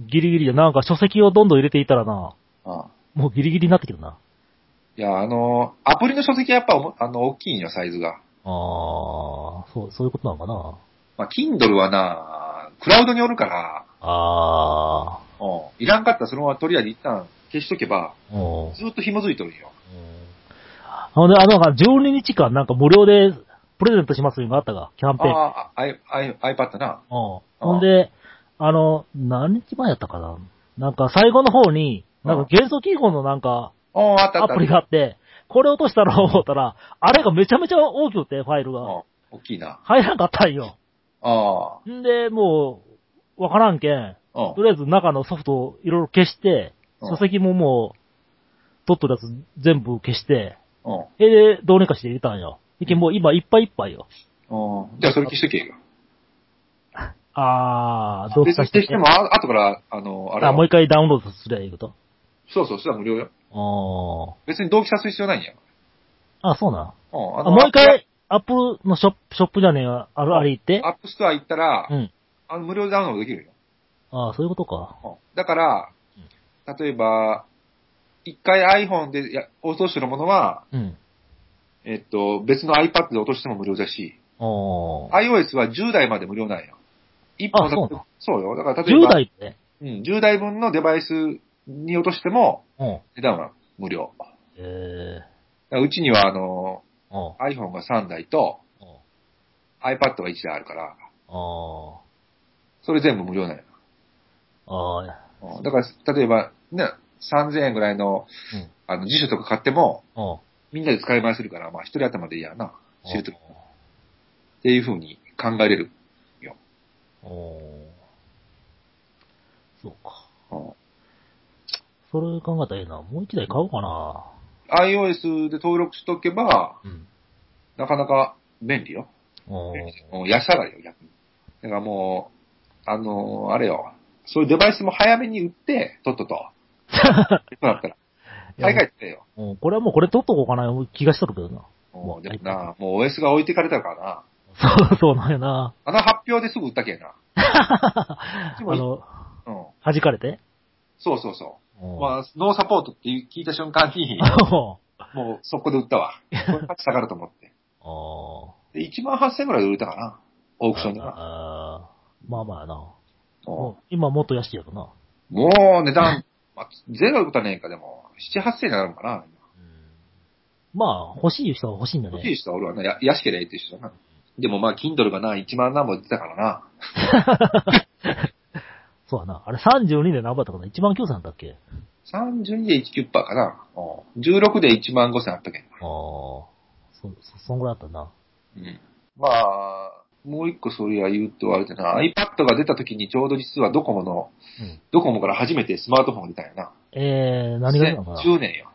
Speaker 1: ギリギリで、なんか書籍をどんどん入れていったらな、
Speaker 2: ああ
Speaker 1: もうギリギリになってきたな。
Speaker 2: いや、あのーアプリの書籍はやっぱおも、あの、大きいんよ、サイズが。
Speaker 1: あー、そう、そういうことなのかな。
Speaker 2: まあ、Kindle はな、クラウドによるから、
Speaker 1: あ
Speaker 2: うんいらんかったらそのままとりあえず一旦消しとけば、
Speaker 1: ー、うん。うん
Speaker 2: ずっと紐づいとるんよ。
Speaker 1: あのね、あの、なんか12日間なんか無料でプレゼントしますいうのがあったが、キャンペーン。
Speaker 2: ああ、I- I- iPad な。
Speaker 1: うん。ほんで、あの、何日前やったかななんか最後の方に、なんか元素記号のなんか
Speaker 2: ああ、あったあ
Speaker 1: ア
Speaker 2: った。
Speaker 1: プリがあって、これ落としたら 思ったら、あれがめちゃめちゃ大きくて、ファイル
Speaker 2: うん
Speaker 1: が。
Speaker 2: 大きいな。
Speaker 1: 入らんかったんよ。
Speaker 2: あ
Speaker 1: んで、もう、わからんけん、
Speaker 2: あ、うん
Speaker 1: とりあえず中のソフトをいろいろ消して、
Speaker 2: うん
Speaker 1: 書籍ももう、取っとるやつ全部消して、
Speaker 2: うん
Speaker 1: え、で、どうにかして入れたんよ。いけんもう今いっぱいいっぱいよ。
Speaker 2: うん。じゃあそれ消しとけよ。
Speaker 1: あー、どう
Speaker 2: 別
Speaker 1: か
Speaker 2: に
Speaker 1: して
Speaker 2: 消しても、あ後から、あの、あれ
Speaker 1: あ、
Speaker 2: は
Speaker 1: もう一回ダウンロードすりゃいいこと。
Speaker 2: そうそう、それは無料よ。
Speaker 1: あー。
Speaker 2: 別に同期さす必要ないんや。
Speaker 1: あ、そうなん。
Speaker 2: うん。あ
Speaker 1: あ
Speaker 2: の
Speaker 1: もう一。回、アップルのショップ、ショップじゃねえよ、ある、あれ行って
Speaker 2: ア。ップストア行ったら
Speaker 1: う、ん。
Speaker 2: あの無料でダウンロードできるよ。
Speaker 1: ああ、そういうことか。
Speaker 2: うんだから、例えば、一回 iPhone でや落としてるものは、
Speaker 1: うん。
Speaker 2: えっと、別の iPad で落としても無料だし、
Speaker 1: おー。
Speaker 2: iOS は10台まで無料なんよ。一本
Speaker 1: あ
Speaker 2: だ
Speaker 1: そう
Speaker 2: と
Speaker 1: なの
Speaker 2: そうよ。だから例え
Speaker 1: 10
Speaker 2: ば、
Speaker 1: 代って。
Speaker 2: うん、10台分のデバイスに落としても、
Speaker 1: うん。
Speaker 2: 値段は無料。だか
Speaker 1: え
Speaker 2: らうちには、あの、
Speaker 1: ー。うん。
Speaker 2: iPhone が3台と、
Speaker 1: うん
Speaker 2: iPad が1台あるから、
Speaker 1: あ
Speaker 2: それ全部無料なんよ。
Speaker 1: ー。あー。
Speaker 2: うんだから、例えば、ね、3000円ぐらいの
Speaker 1: うん、
Speaker 2: あの、辞書とか買っても、
Speaker 1: うん。
Speaker 2: みんなで使い回せるから、まあ、一人頭でいいやな、知ると。っ
Speaker 1: うん
Speaker 2: ていう風に考えれる。
Speaker 1: おーそうか。
Speaker 2: うん
Speaker 1: それ考えたらええな。もう一台買おうかな。
Speaker 2: iOS で登録しとけば、
Speaker 1: うん。
Speaker 2: なかなか便利よ。
Speaker 1: おー
Speaker 2: もう安上がりよ、逆に。だからもう、あのーあれよ、そういうデバイスも早めに売って、とっとと。 そうだったら。
Speaker 1: いや
Speaker 2: 海外ってよ。
Speaker 1: うんこれはもうこれ取っとこうかな気がしとるけどな。
Speaker 2: もう、でもな、もう OS が置いてかれたからな。
Speaker 1: そう、そうなんやな。
Speaker 2: あの発表ですぐ売ったけ んな。
Speaker 1: あ
Speaker 2: でも
Speaker 1: の、
Speaker 2: うん。
Speaker 1: 弾かれて
Speaker 2: そうそうそうう。
Speaker 1: ん
Speaker 2: まあ、ノーサポートって聞いた瞬間 に、
Speaker 1: お
Speaker 2: もう速攻で売ったわ。これ価値下がると思って。
Speaker 1: ーお
Speaker 2: で、1万8000円ぐらいで売れたかな。オークション
Speaker 1: ー
Speaker 2: でな。
Speaker 1: あーまあまあやな。
Speaker 2: うん
Speaker 1: もう今もっと安いやろな。
Speaker 2: もう値段、まあ、ゼロいうことはねえか、でも、7、8000円になるのかな。
Speaker 1: うんまあ、欲しい人は欲しいんだ
Speaker 2: 欲し
Speaker 1: ね。
Speaker 2: い人は俺はな、や安ければいいって人だな。でもまあ、Kindle がな、1万何本出てたからな。
Speaker 1: そうやな。あれ32で何倍だったかな ?1 万9000だったっけ
Speaker 2: 32で19%かな。うん16で1万5000あったけん。
Speaker 1: ああ、そ、そ、そんぐらいあったな。
Speaker 2: うん。まあ、もう一個そういや言うとあれだな、iPad が出た時にちょうど実はドコモの、
Speaker 1: うん
Speaker 2: ドコモから初めてスマートフォンが出たんやな。
Speaker 1: えー、何が出たのかな
Speaker 2: ?10 年 よ。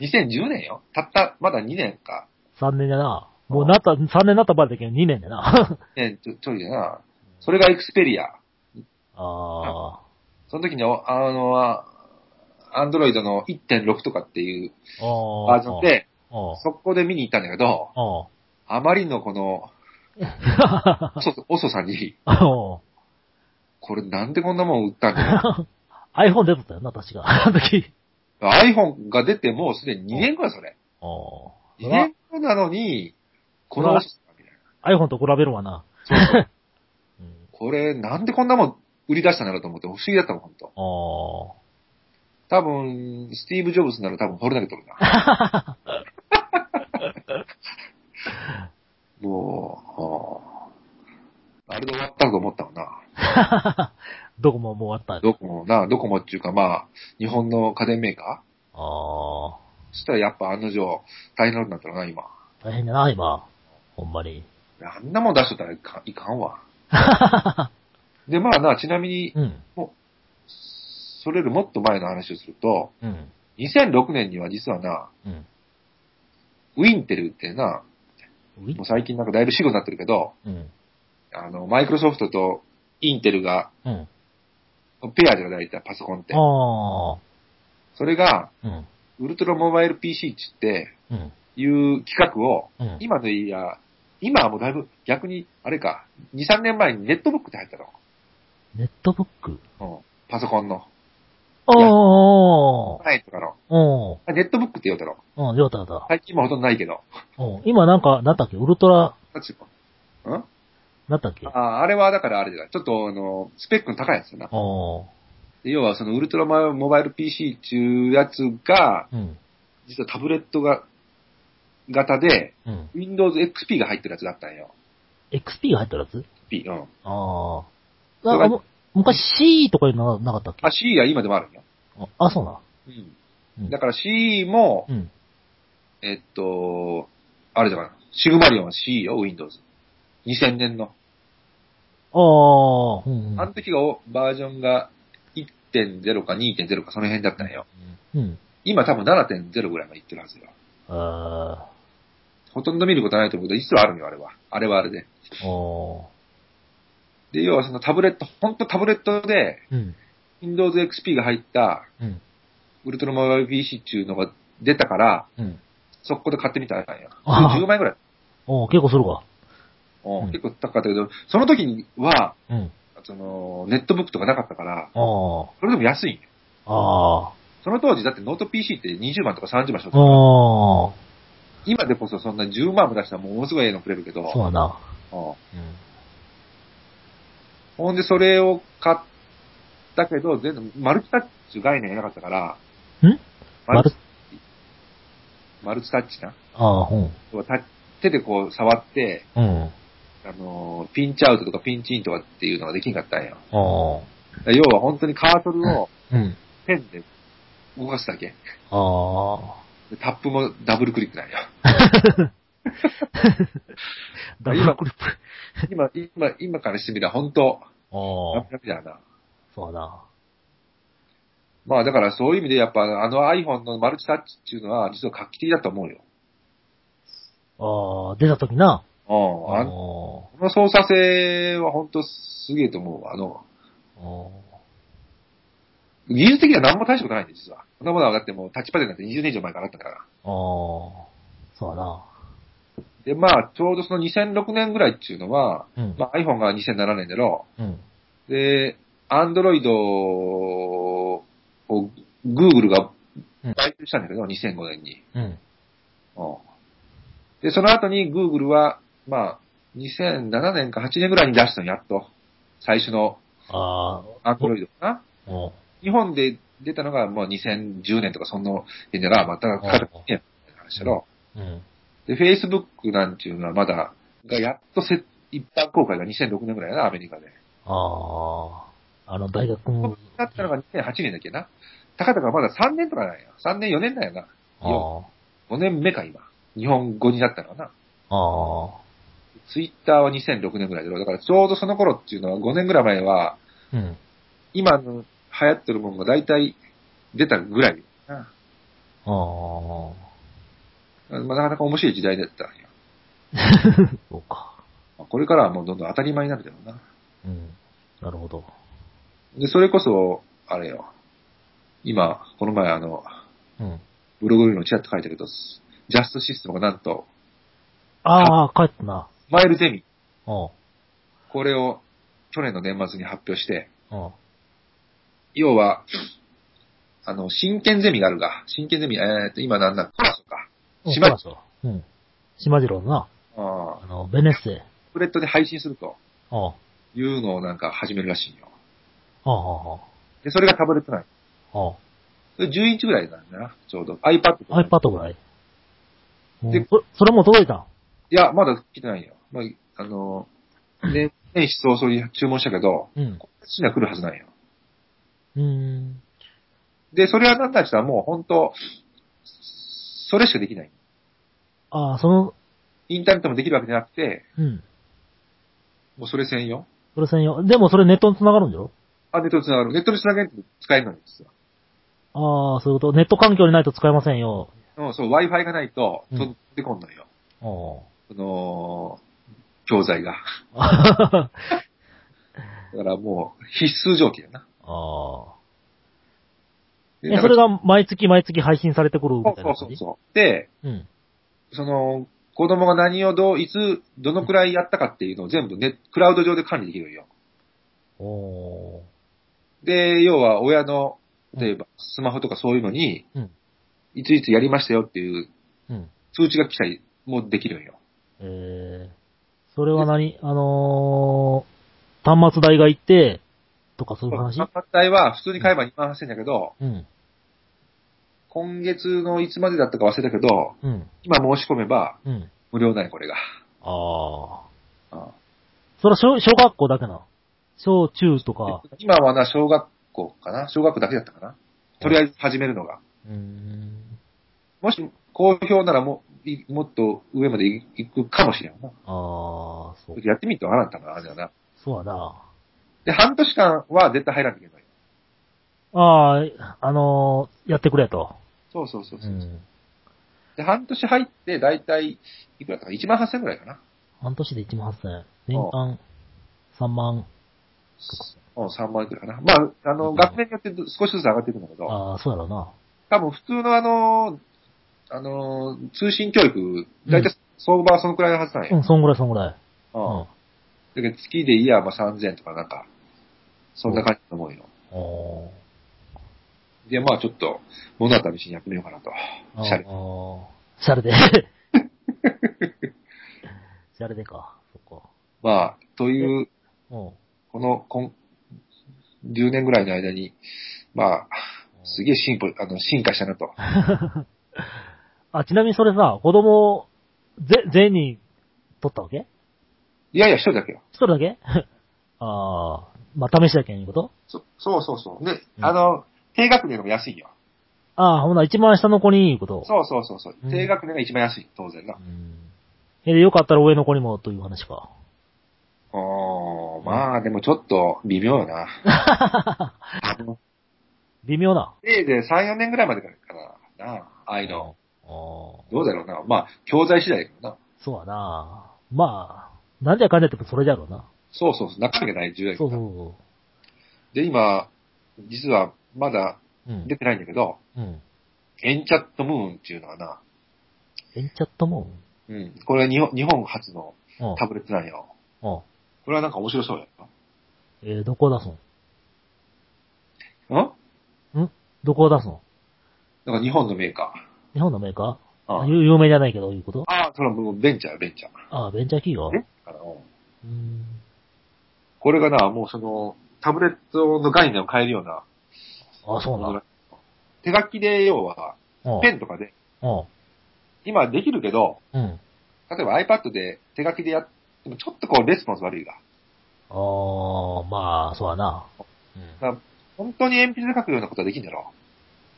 Speaker 2: 2010年よ。たった、まだ2年か。
Speaker 1: ?3 年だな。もうなった、3年なったばっだけど2年でな。
Speaker 2: ね、ちょ、ちょいでな。それがエクスペリア。
Speaker 1: あ
Speaker 2: その時に、おあの、あアンドロイドの1.6とかっていう
Speaker 1: あ、ああ。
Speaker 2: バージョンで、
Speaker 1: ああ、
Speaker 2: 速攻で見に行ったんだけど、
Speaker 1: あ
Speaker 2: あまりのこの、
Speaker 1: あ。
Speaker 2: 遅さ 遅さに、
Speaker 1: あ あ。
Speaker 2: これなんでこんなもん売ったんだ
Speaker 1: iPhone 出とったよな、確か。あの時。
Speaker 2: iPhone が出てもうすでに2年後や、それ。
Speaker 1: ああ
Speaker 2: 2年後なのに、この遅さみたいな。
Speaker 1: iPhone と比べるわな。
Speaker 2: そうそう。
Speaker 1: うん、
Speaker 2: これ、なんでこんなもん売り出したんだろうと思って、不思議だったもん、ほんと。
Speaker 1: あ
Speaker 2: 多分、スティーブ・ジョブズなら多分、掘れなげとるな。 もう、あーあれで終わったと思ったもんな。
Speaker 1: あ。 どこももう終わった。
Speaker 2: ドコモな、ドコモっていうかまあ、日本の家電メーカー
Speaker 1: あ
Speaker 2: そしたらやっぱ案の定、大変なことになったのな、今。
Speaker 1: あ。大変だな、今。ほんまに。
Speaker 2: あんなもん出しとったらいかんいかん わ。で、まあな、ちなみに、
Speaker 1: うん。
Speaker 2: それよりもっと前の話をすると、
Speaker 1: うん。
Speaker 2: 2006年には実はな、
Speaker 1: うん。
Speaker 2: ウィンテルってな、
Speaker 1: ウィ
Speaker 2: もう最近なんかだいぶ死後になってるけど、
Speaker 1: うん。
Speaker 2: あの、マイクロソフトとインテルが、
Speaker 1: うん。
Speaker 2: ペアで出したパソコンって。
Speaker 1: ああ。
Speaker 2: それが、
Speaker 1: うん。
Speaker 2: ウルトラモバイル PC っつって、
Speaker 1: うん。
Speaker 2: いう企画を、
Speaker 1: うん。
Speaker 2: 今のいや、今はもうだいぶ逆に、あれか、2、3年前にネットブックって入ったの。
Speaker 1: ネットブック
Speaker 2: うん。パソコンの。
Speaker 1: ああ。
Speaker 2: ないとかの。
Speaker 1: うん。
Speaker 2: あネットブックって言うたろ。
Speaker 1: うん、よかったよかっ
Speaker 2: 最近今ほとんどないけど。
Speaker 1: た。うん。今なんか、なんだっけウルトラ、
Speaker 2: どっちうん
Speaker 1: なんだっけあ
Speaker 2: ああれはだからあれだ。ちょっとあの、スペックの高いやつだな。
Speaker 1: あー。
Speaker 2: で要はそのウルトラモバイル PC っていうやつが、
Speaker 1: うん。
Speaker 2: 実はタブレットが、型で、
Speaker 1: うん。
Speaker 2: Windows XP が入ってるやつだったんよ。
Speaker 1: XP が入ってるやつ
Speaker 2: P、うん。
Speaker 1: ああ。
Speaker 2: だから
Speaker 1: あむ昔 C とかいうのはなかったっけ
Speaker 2: あ、C は今でもあるんよ。
Speaker 1: あ、そうな。
Speaker 2: うん。だから C も、
Speaker 1: うん。
Speaker 2: えっと、あれだから、シグマリオンは C よ、Windows。2000年の。
Speaker 1: ああ、うん。
Speaker 2: あの時がおバージョンが1.0か2.0かその辺だったんよ。
Speaker 1: うん。うん。
Speaker 2: 今多分7.0ぐらいまでいってるはずよ。
Speaker 1: あ
Speaker 2: ほとんど見ることないと思うけど、実はあるんよ、あれは。あれはあれで。
Speaker 1: あ。お
Speaker 2: で、要はそのタブレット、ほんとタブレットで、
Speaker 1: ーうん。
Speaker 2: Windows XP が入った、
Speaker 1: うん。
Speaker 2: ウルトラモバイル PC っていうのが出たから、
Speaker 1: うん。
Speaker 2: 速攻で買ってみたらあかんや。
Speaker 1: あ
Speaker 2: 10枚ぐらい。
Speaker 1: おー結構するわ。
Speaker 2: うん
Speaker 1: うん
Speaker 2: 結構高かったけど、その時には、
Speaker 1: うん。
Speaker 2: その、ネットブックとかなかったから、
Speaker 1: あ
Speaker 2: それでも安いんよ。
Speaker 1: あ。ああ。
Speaker 2: その当時だってノート PC って20万とか30万しとったから
Speaker 1: ああ。
Speaker 2: 今でこそそんな10万も出したらものすごいええのくれるけど、
Speaker 1: そうだな。
Speaker 2: うん
Speaker 1: うん。
Speaker 2: ほんでそれを買ったけど、全然マルチタッチ概念がなかったから、
Speaker 1: ん
Speaker 2: マ
Speaker 1: 丸
Speaker 2: ルチ、マルチタッチな。
Speaker 1: ああ、うん。
Speaker 2: 要はタ手でこう触って、
Speaker 1: うん。
Speaker 2: あのーピンチアウトとかピンチインとかっていうのができんかったんよ。
Speaker 1: ああ。
Speaker 2: 要は本当にカーソルを
Speaker 1: うん。
Speaker 2: ペンで動かすだけ。
Speaker 1: ああ。
Speaker 2: でタップもダブルクリック なんよ。
Speaker 1: ダブルクリップ。
Speaker 2: 今、今、今からしてみたら本当、
Speaker 1: ああ
Speaker 2: 楽。々だな。
Speaker 1: そうだな。
Speaker 2: まあだからそういう意味でやっぱあの iPhone のマルチタッチっていうのは実は画期的だと思うよ。
Speaker 1: ああ、出た時な。
Speaker 2: うん。あ
Speaker 1: あー
Speaker 2: の、この操作性は本当すげえと思うわ。あの、
Speaker 1: あ
Speaker 2: 技術的には何も大したことないんです、実は。そんなものはだってもうタッチパネルなんて20年以上前からあったから。
Speaker 1: ー、あーそうやな。
Speaker 2: で、まあ、ちょうどその2006年ぐらいっていうのは、
Speaker 1: うん。
Speaker 2: まあ、iPhone が2007年だろ
Speaker 1: うん。
Speaker 2: う。で、Android を Google が
Speaker 1: うん
Speaker 2: 買収したんだけど、2005年に。
Speaker 1: うん。
Speaker 2: うんで、その後に Google は、まあ、2007年か8年ぐらいに出したの、やっと。最初の
Speaker 1: あ
Speaker 2: Android かな。
Speaker 1: あ、うん。
Speaker 2: 日本で出たのがもう2010年とかそんな辺だから、またかかってない話だろ。
Speaker 1: うん。
Speaker 2: で、Facebook なんていうのはまだ、がやっとせ一般公開が2006年ぐらいだな、アメリカで。
Speaker 1: ああ、あの、大学
Speaker 2: こ
Speaker 1: も。
Speaker 2: うなったのが2008年だっけな。たかたかまだ3年とかなんや。3年4年だよな。
Speaker 1: あ
Speaker 2: 5年目か、今。日本語になったのかな。
Speaker 1: あ、ああ、
Speaker 2: ツイッターは2006年ぐらいだろ。だからちょうどその頃っていうのは5年ぐらい前は、
Speaker 1: うん。
Speaker 2: 今の流行ってるものが大体出たぐらいだな。
Speaker 1: あ
Speaker 2: まあ、なかなか面白い時代だったんや。
Speaker 1: あ、そうか。
Speaker 2: まあこれからはもうどんどん当たり前になるだろうな。
Speaker 1: うん。なるほど。
Speaker 2: で、それこそ、あれよ。今、この前あの、
Speaker 1: うん。
Speaker 2: ブログにもちらっと書いたけど、すジャストシステムがなんと、
Speaker 1: ああ、帰ったな。
Speaker 2: スマイルゼミ。
Speaker 1: うん。
Speaker 2: これを去年の年末に発表して、
Speaker 1: うん。
Speaker 2: 要は、あの、真剣ゼミがあるが、真剣ゼミ、えーと、今なんだ、コラソか。
Speaker 1: うん
Speaker 2: 島
Speaker 1: そうそううん。島次郎のな。
Speaker 2: あ
Speaker 1: あ
Speaker 2: あ、
Speaker 1: の、ベネッセ。
Speaker 2: タブレットで配信すると
Speaker 1: うん。あ
Speaker 2: いうのをなんか始めるらしいよ。
Speaker 1: あ、あ
Speaker 2: で、それがタブレットな
Speaker 1: あ、
Speaker 2: の。それ10インチぐらいなんだな、ちょうど。iPad と
Speaker 1: ああ。
Speaker 2: か。
Speaker 1: iPad ぐらい。う
Speaker 2: で
Speaker 1: ん、そそれも届いたん
Speaker 2: いや、まだ来てないよ。まあ、あの、年、年始早々に注文したけど、
Speaker 1: うん。
Speaker 2: こっちには来るはずなんよ。
Speaker 1: うーん。
Speaker 2: で、それはなんだしたらもう本当それしかできない。
Speaker 1: ああ、その、
Speaker 2: インターネットもできるわけじゃなくて、
Speaker 1: うん。
Speaker 2: もうそれ専用。
Speaker 1: それ専用。でもそれネットに繋がるんだよ。
Speaker 2: あ、ネットに繋がる。ネットに繋げると使えるのに実は。
Speaker 1: ああ、そういうこと。ネット環境にないと使えませんよ。
Speaker 2: うん、そう、Wi-Fi がないと
Speaker 1: うん
Speaker 2: 飛んでこんのよ。
Speaker 1: あ
Speaker 2: その、教材が。
Speaker 1: あ。
Speaker 2: だからもう必須条件やな。
Speaker 1: ああ。
Speaker 2: で
Speaker 1: え、
Speaker 2: な
Speaker 1: そ
Speaker 2: んか
Speaker 1: れが毎月毎月配信されてくるみたい
Speaker 2: そう
Speaker 1: な
Speaker 2: そ
Speaker 1: 感
Speaker 2: う
Speaker 1: じ
Speaker 2: そう。で、
Speaker 1: うん。
Speaker 2: その、子供が何をどう、いつ、どのくらいやったかっていうのを全部ね、クラウド上で管理できるよ。
Speaker 1: おー。
Speaker 2: で、要は親の、例えばスマホとかそういうのに、
Speaker 1: うん
Speaker 2: いついつやりましたよっていう
Speaker 1: うん。
Speaker 2: 通知が来たりもできるよ。
Speaker 1: えー、それは何あのー、端末代がいって、とかそういう話
Speaker 2: 反対は普通に買えば2万8000円だけど、
Speaker 1: うん。
Speaker 2: 今月のいつまでだったか忘れたけど、
Speaker 1: うん。
Speaker 2: 今申し込めば
Speaker 1: うん。
Speaker 2: 無料だね、これが。
Speaker 1: ああ。
Speaker 2: うん
Speaker 1: それは小小学校だけなの小中とか。
Speaker 2: 今はな、小学校かな小学校だけだったかなとりあえず始めるのが。
Speaker 1: うーん。
Speaker 2: もし、好評ならもう、いもっと上まで行くかもしれんな。
Speaker 1: ああ、そう。
Speaker 2: やってみてわからんかな、あれだな。
Speaker 1: そうやな。
Speaker 2: で、半年間は絶対入らなきゃいけない。
Speaker 1: ああ、あのー、やってくれと。
Speaker 2: そうそうそう
Speaker 1: う
Speaker 2: そう、
Speaker 1: ん。
Speaker 2: で、半年入って、だいたい、いくらだったかな ?1 万8000円くらいかな。
Speaker 1: 半年で1万8000円。年間3万。
Speaker 2: うん、3万円くらいかな。まあ、あ
Speaker 1: う
Speaker 2: の、
Speaker 1: ん
Speaker 2: 学年によって少しずつ上がっていくんだけど、
Speaker 1: ああ、そうやろうな。
Speaker 2: 多分普通のあの、あの、通信教育、だいたい相場はそのくらいのはずなん
Speaker 1: う
Speaker 2: よ。
Speaker 1: ん、そんぐらいそんぐらい。
Speaker 2: う。
Speaker 1: うんん。
Speaker 2: だけど月でいいや、まあ3000円とかなんか、そんな感じの思いの。
Speaker 1: おー
Speaker 2: で、まあちょっと、物は試しにやってみようかなと。
Speaker 1: あー。
Speaker 2: シャレ。
Speaker 1: シャレで。 シャレでか。そっか。
Speaker 2: まあ、という、
Speaker 1: うん。
Speaker 2: この、こん、10年ぐらいの間に、まあ、すげえ進歩、あの、進化したなと。
Speaker 1: あ、ちなみにそれさ、子供、ぜ、全員取ったわけ
Speaker 2: いやいや、一人だけよ。
Speaker 1: 一人だけ ああ、まあ、試しだけんいうこと
Speaker 2: そ、そうそうそう。で、
Speaker 1: うん
Speaker 2: あの、低学年でも安いよ。
Speaker 1: ああ、ほな、一番下の子にいうこと
Speaker 2: そうそうそうそう
Speaker 1: う。ん
Speaker 2: 低学年が一番安い、当然な。
Speaker 1: うん。え、で、よかったら上の子にもという話か。
Speaker 2: おー、まあ、でもちょっと、微妙よな。あの、
Speaker 1: 微妙な。
Speaker 2: せいで3、4年ぐらいまでかな、なあ、ああいうの。
Speaker 1: ああ。
Speaker 2: どうだろうな。まあ、教材次第だけどな。
Speaker 1: そうやなまあ、なんじゃかんじゃってもそれじゃろうな。
Speaker 2: そうそうそう、中身がない10代
Speaker 1: そうそ
Speaker 2: で、今、実はまだ
Speaker 1: うそう。うん
Speaker 2: 出。てないんだけど、
Speaker 1: うん。
Speaker 2: エンチャットムーンっていうのはな、
Speaker 1: エンチャットも
Speaker 2: うん、これ日本日本初の
Speaker 1: うん。うん
Speaker 2: タブレットなんよ。
Speaker 1: うん。
Speaker 2: これはなんか面白そうやな。
Speaker 1: えーどこを出す
Speaker 2: うん
Speaker 1: のんどこを出すの
Speaker 2: なんか日本のメーカ
Speaker 1: 日本のメーカ
Speaker 2: ー。
Speaker 1: ーあ
Speaker 2: あ
Speaker 1: 有有名じゃないけど、いうこと
Speaker 2: あ、それはもうベンチャー、ベンチャー。
Speaker 1: ああ、ベンチャー企業
Speaker 2: ベンチャーかなうん
Speaker 1: うーん。
Speaker 2: これがな、もうその、タブレットの概念を変えるような、
Speaker 1: あそうなんだ。
Speaker 2: 手書きで要は、
Speaker 1: うん。
Speaker 2: ペンとかで、
Speaker 1: うん。
Speaker 2: 今できるけど、
Speaker 1: うん。
Speaker 2: 例えば iPad で手書きでやってもちょっとこうレスポンス悪いが。
Speaker 1: ああ、まあ、そうやな。うん。ああ、
Speaker 2: 本当に鉛筆で書くようなことはできるんだろ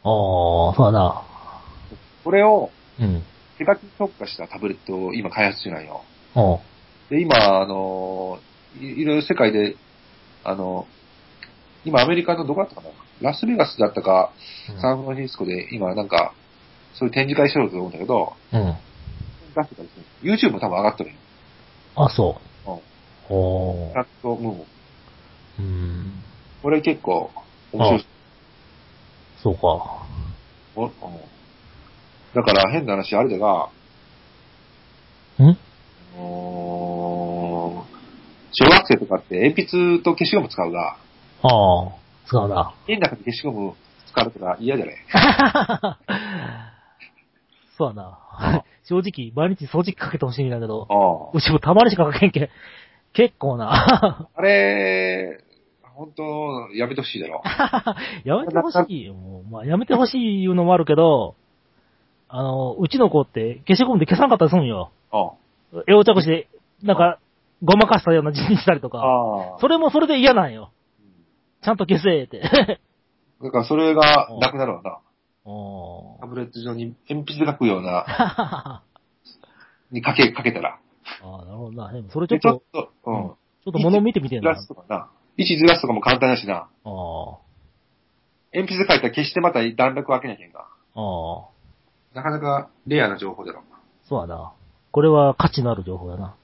Speaker 1: そうやな。
Speaker 2: う。これを
Speaker 1: うん。
Speaker 2: 手書きに特化したタブレットを今開発中なんよ。
Speaker 1: うん。
Speaker 2: で、今、あの、いいろいろ世界で、あの、今アメリカのどこだったかなラスベガスだったか、サンフランシスコで今なんか、そういう展示会しようと思うんだけど、
Speaker 1: うん。
Speaker 2: 出してたりする。YouTube も多分上がってるよ。
Speaker 1: あ、そう。
Speaker 2: うん
Speaker 1: お
Speaker 2: ち
Speaker 1: ー
Speaker 2: ゃんと、うん。
Speaker 1: うん。
Speaker 2: これ結構面白い。
Speaker 1: そうか。
Speaker 2: おうんだから変な話、あれだが、
Speaker 1: ん
Speaker 2: あのー小学生とかって鉛筆と消しゴム使う
Speaker 1: あ
Speaker 2: が、
Speaker 1: あ、そうだな。
Speaker 2: 家の中で消しゴム使うとか嫌じゃない
Speaker 1: そうだな。正直、毎日掃除機かけてほしいんだけど、
Speaker 2: あ
Speaker 1: うちもたまにしかかけんけん。結構な。
Speaker 2: あれ、本当やめてほしいだろ。
Speaker 1: やめてほしい。もうまあ、やめてほしいいうのもあるけど、あの、うちの子って消しゴムで消さんかったりするんよ。
Speaker 2: あ
Speaker 1: 絵を着して、なんか、ごまかしたような字にしたりとか。
Speaker 2: あ
Speaker 1: それもそれで嫌なんよ。
Speaker 2: うん
Speaker 1: ちゃんと消せって。
Speaker 2: だからそれがなくなるわな。
Speaker 1: お
Speaker 2: タ
Speaker 1: ー。
Speaker 2: ブレット上に鉛筆で書くような、
Speaker 1: あ
Speaker 2: にかけ、かけたら。
Speaker 1: ーなるほどな。でもそれちょ
Speaker 2: で
Speaker 1: っ
Speaker 2: ちょ
Speaker 1: と
Speaker 2: っ、と、う
Speaker 1: うんち
Speaker 2: ん。
Speaker 1: ょっと物見てみてえ
Speaker 2: ずら
Speaker 1: な
Speaker 2: す。とかな。位置ずらすとかも簡単だしな。
Speaker 1: ああ。
Speaker 2: 鉛筆で書いたら決してまた段落分けなきゃいけんが。
Speaker 1: ああ。
Speaker 2: なかなかレアな情報だろ。
Speaker 1: そうやな。これは価値のある情報やな。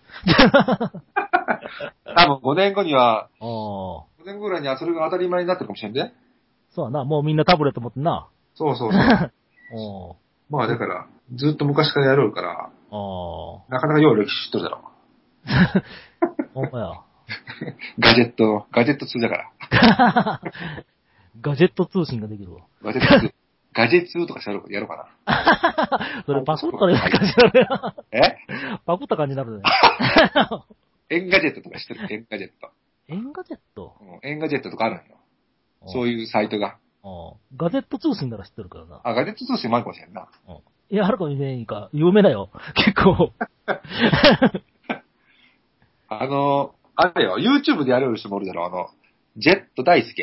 Speaker 2: 多分5年後には、
Speaker 1: ああ。そ
Speaker 2: 5年後ぐらいにはそれが当たり前になってるかもしれんで。
Speaker 1: うやな。もうみんなタブレット持ってんな。
Speaker 2: そうそうそう。
Speaker 1: お
Speaker 2: まあだから、ずっと昔からやろうから、
Speaker 1: ああ。ほ
Speaker 2: なかなかよう歴史知っとるだろ。
Speaker 1: んま や。
Speaker 2: ガジェット、ガジェット2だから。
Speaker 1: ガジェット通信ができるわ。
Speaker 2: ガジェット2。ガ ジェット2とかしてやろうかやろうか
Speaker 1: それパクったらような感じになるな。
Speaker 2: な。
Speaker 1: パクった感じになるね。
Speaker 2: えエンガジェットとかしてるエンガジェット。
Speaker 1: エンガジェット
Speaker 2: うんエンガジェットとかあるんよ。 そう
Speaker 1: いう。
Speaker 2: いうサイトが。
Speaker 1: ああガジェット通信なら知ってるからな。
Speaker 2: あ、ガジェット通信もあるかもしれんな。
Speaker 1: いや、はるかみせんか。有名だよ。結 構。
Speaker 2: あの、あれよ、YouTube でやれる人もおるだろ、あの、ジェット大輔、知っ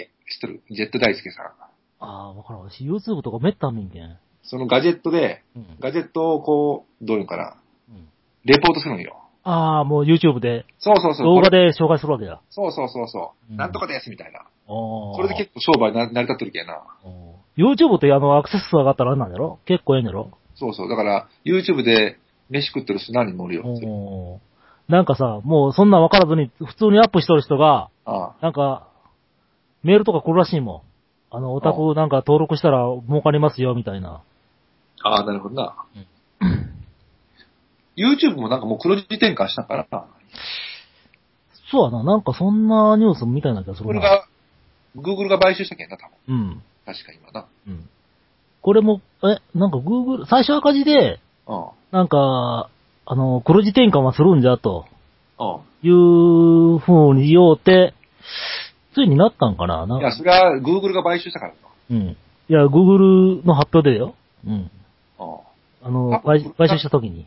Speaker 2: てるジェット大輔さん。
Speaker 1: ああ、わからん。私、YouTube とかめったん見んけん。
Speaker 2: そのガジェットで、
Speaker 1: うん。
Speaker 2: ガジェットをこう、どういうのかな、
Speaker 1: うん
Speaker 2: レポートするんよ。
Speaker 1: ああ、もう YouTube で、
Speaker 2: そうそうそう。
Speaker 1: 動画
Speaker 2: これ
Speaker 1: で紹介するわけだ。
Speaker 2: そうそうそうそう、
Speaker 1: うん
Speaker 2: なんとかです、みたいな。
Speaker 1: お
Speaker 2: それで結構商売な成り立ってるけんな。
Speaker 1: 構。YouTube ってあの、アクセス数上がったらあれなんだろ結構ええんだろ
Speaker 2: そうそう。だから、YouTube で飯食ってる人何人もおるよ。
Speaker 1: おーなんかさ、もうそんなんわからずに、普通にアップしとる人が、
Speaker 2: あ
Speaker 1: なんか、メールとか来るらしいもん。あの、オタクなんか登録したら儲かりますよ、みたいな。
Speaker 2: あ、ああなるほどな
Speaker 1: うん。
Speaker 2: YouTube もなんかもう黒字転換したからな。
Speaker 1: そうやな、なんかそんなニュースみたいな気がす
Speaker 2: こ
Speaker 1: る
Speaker 2: れ
Speaker 1: な。
Speaker 2: が、Google が買収したけんな、多分。
Speaker 1: うん。
Speaker 2: 確か今な。
Speaker 1: うん。これも、え、なんか Google、最初赤字で、
Speaker 2: うん。
Speaker 1: なんか、あの、黒字転換はするんじゃ、と
Speaker 2: うん。
Speaker 1: いう風に言おうて、ついになったんかななん
Speaker 2: い
Speaker 1: か
Speaker 2: や、それは Google が買収したからだ。
Speaker 1: うん。いや、Google の発表でだよ。うん。
Speaker 2: うん。
Speaker 1: あの
Speaker 2: あ、
Speaker 1: 買
Speaker 2: そう
Speaker 1: 買収した時に。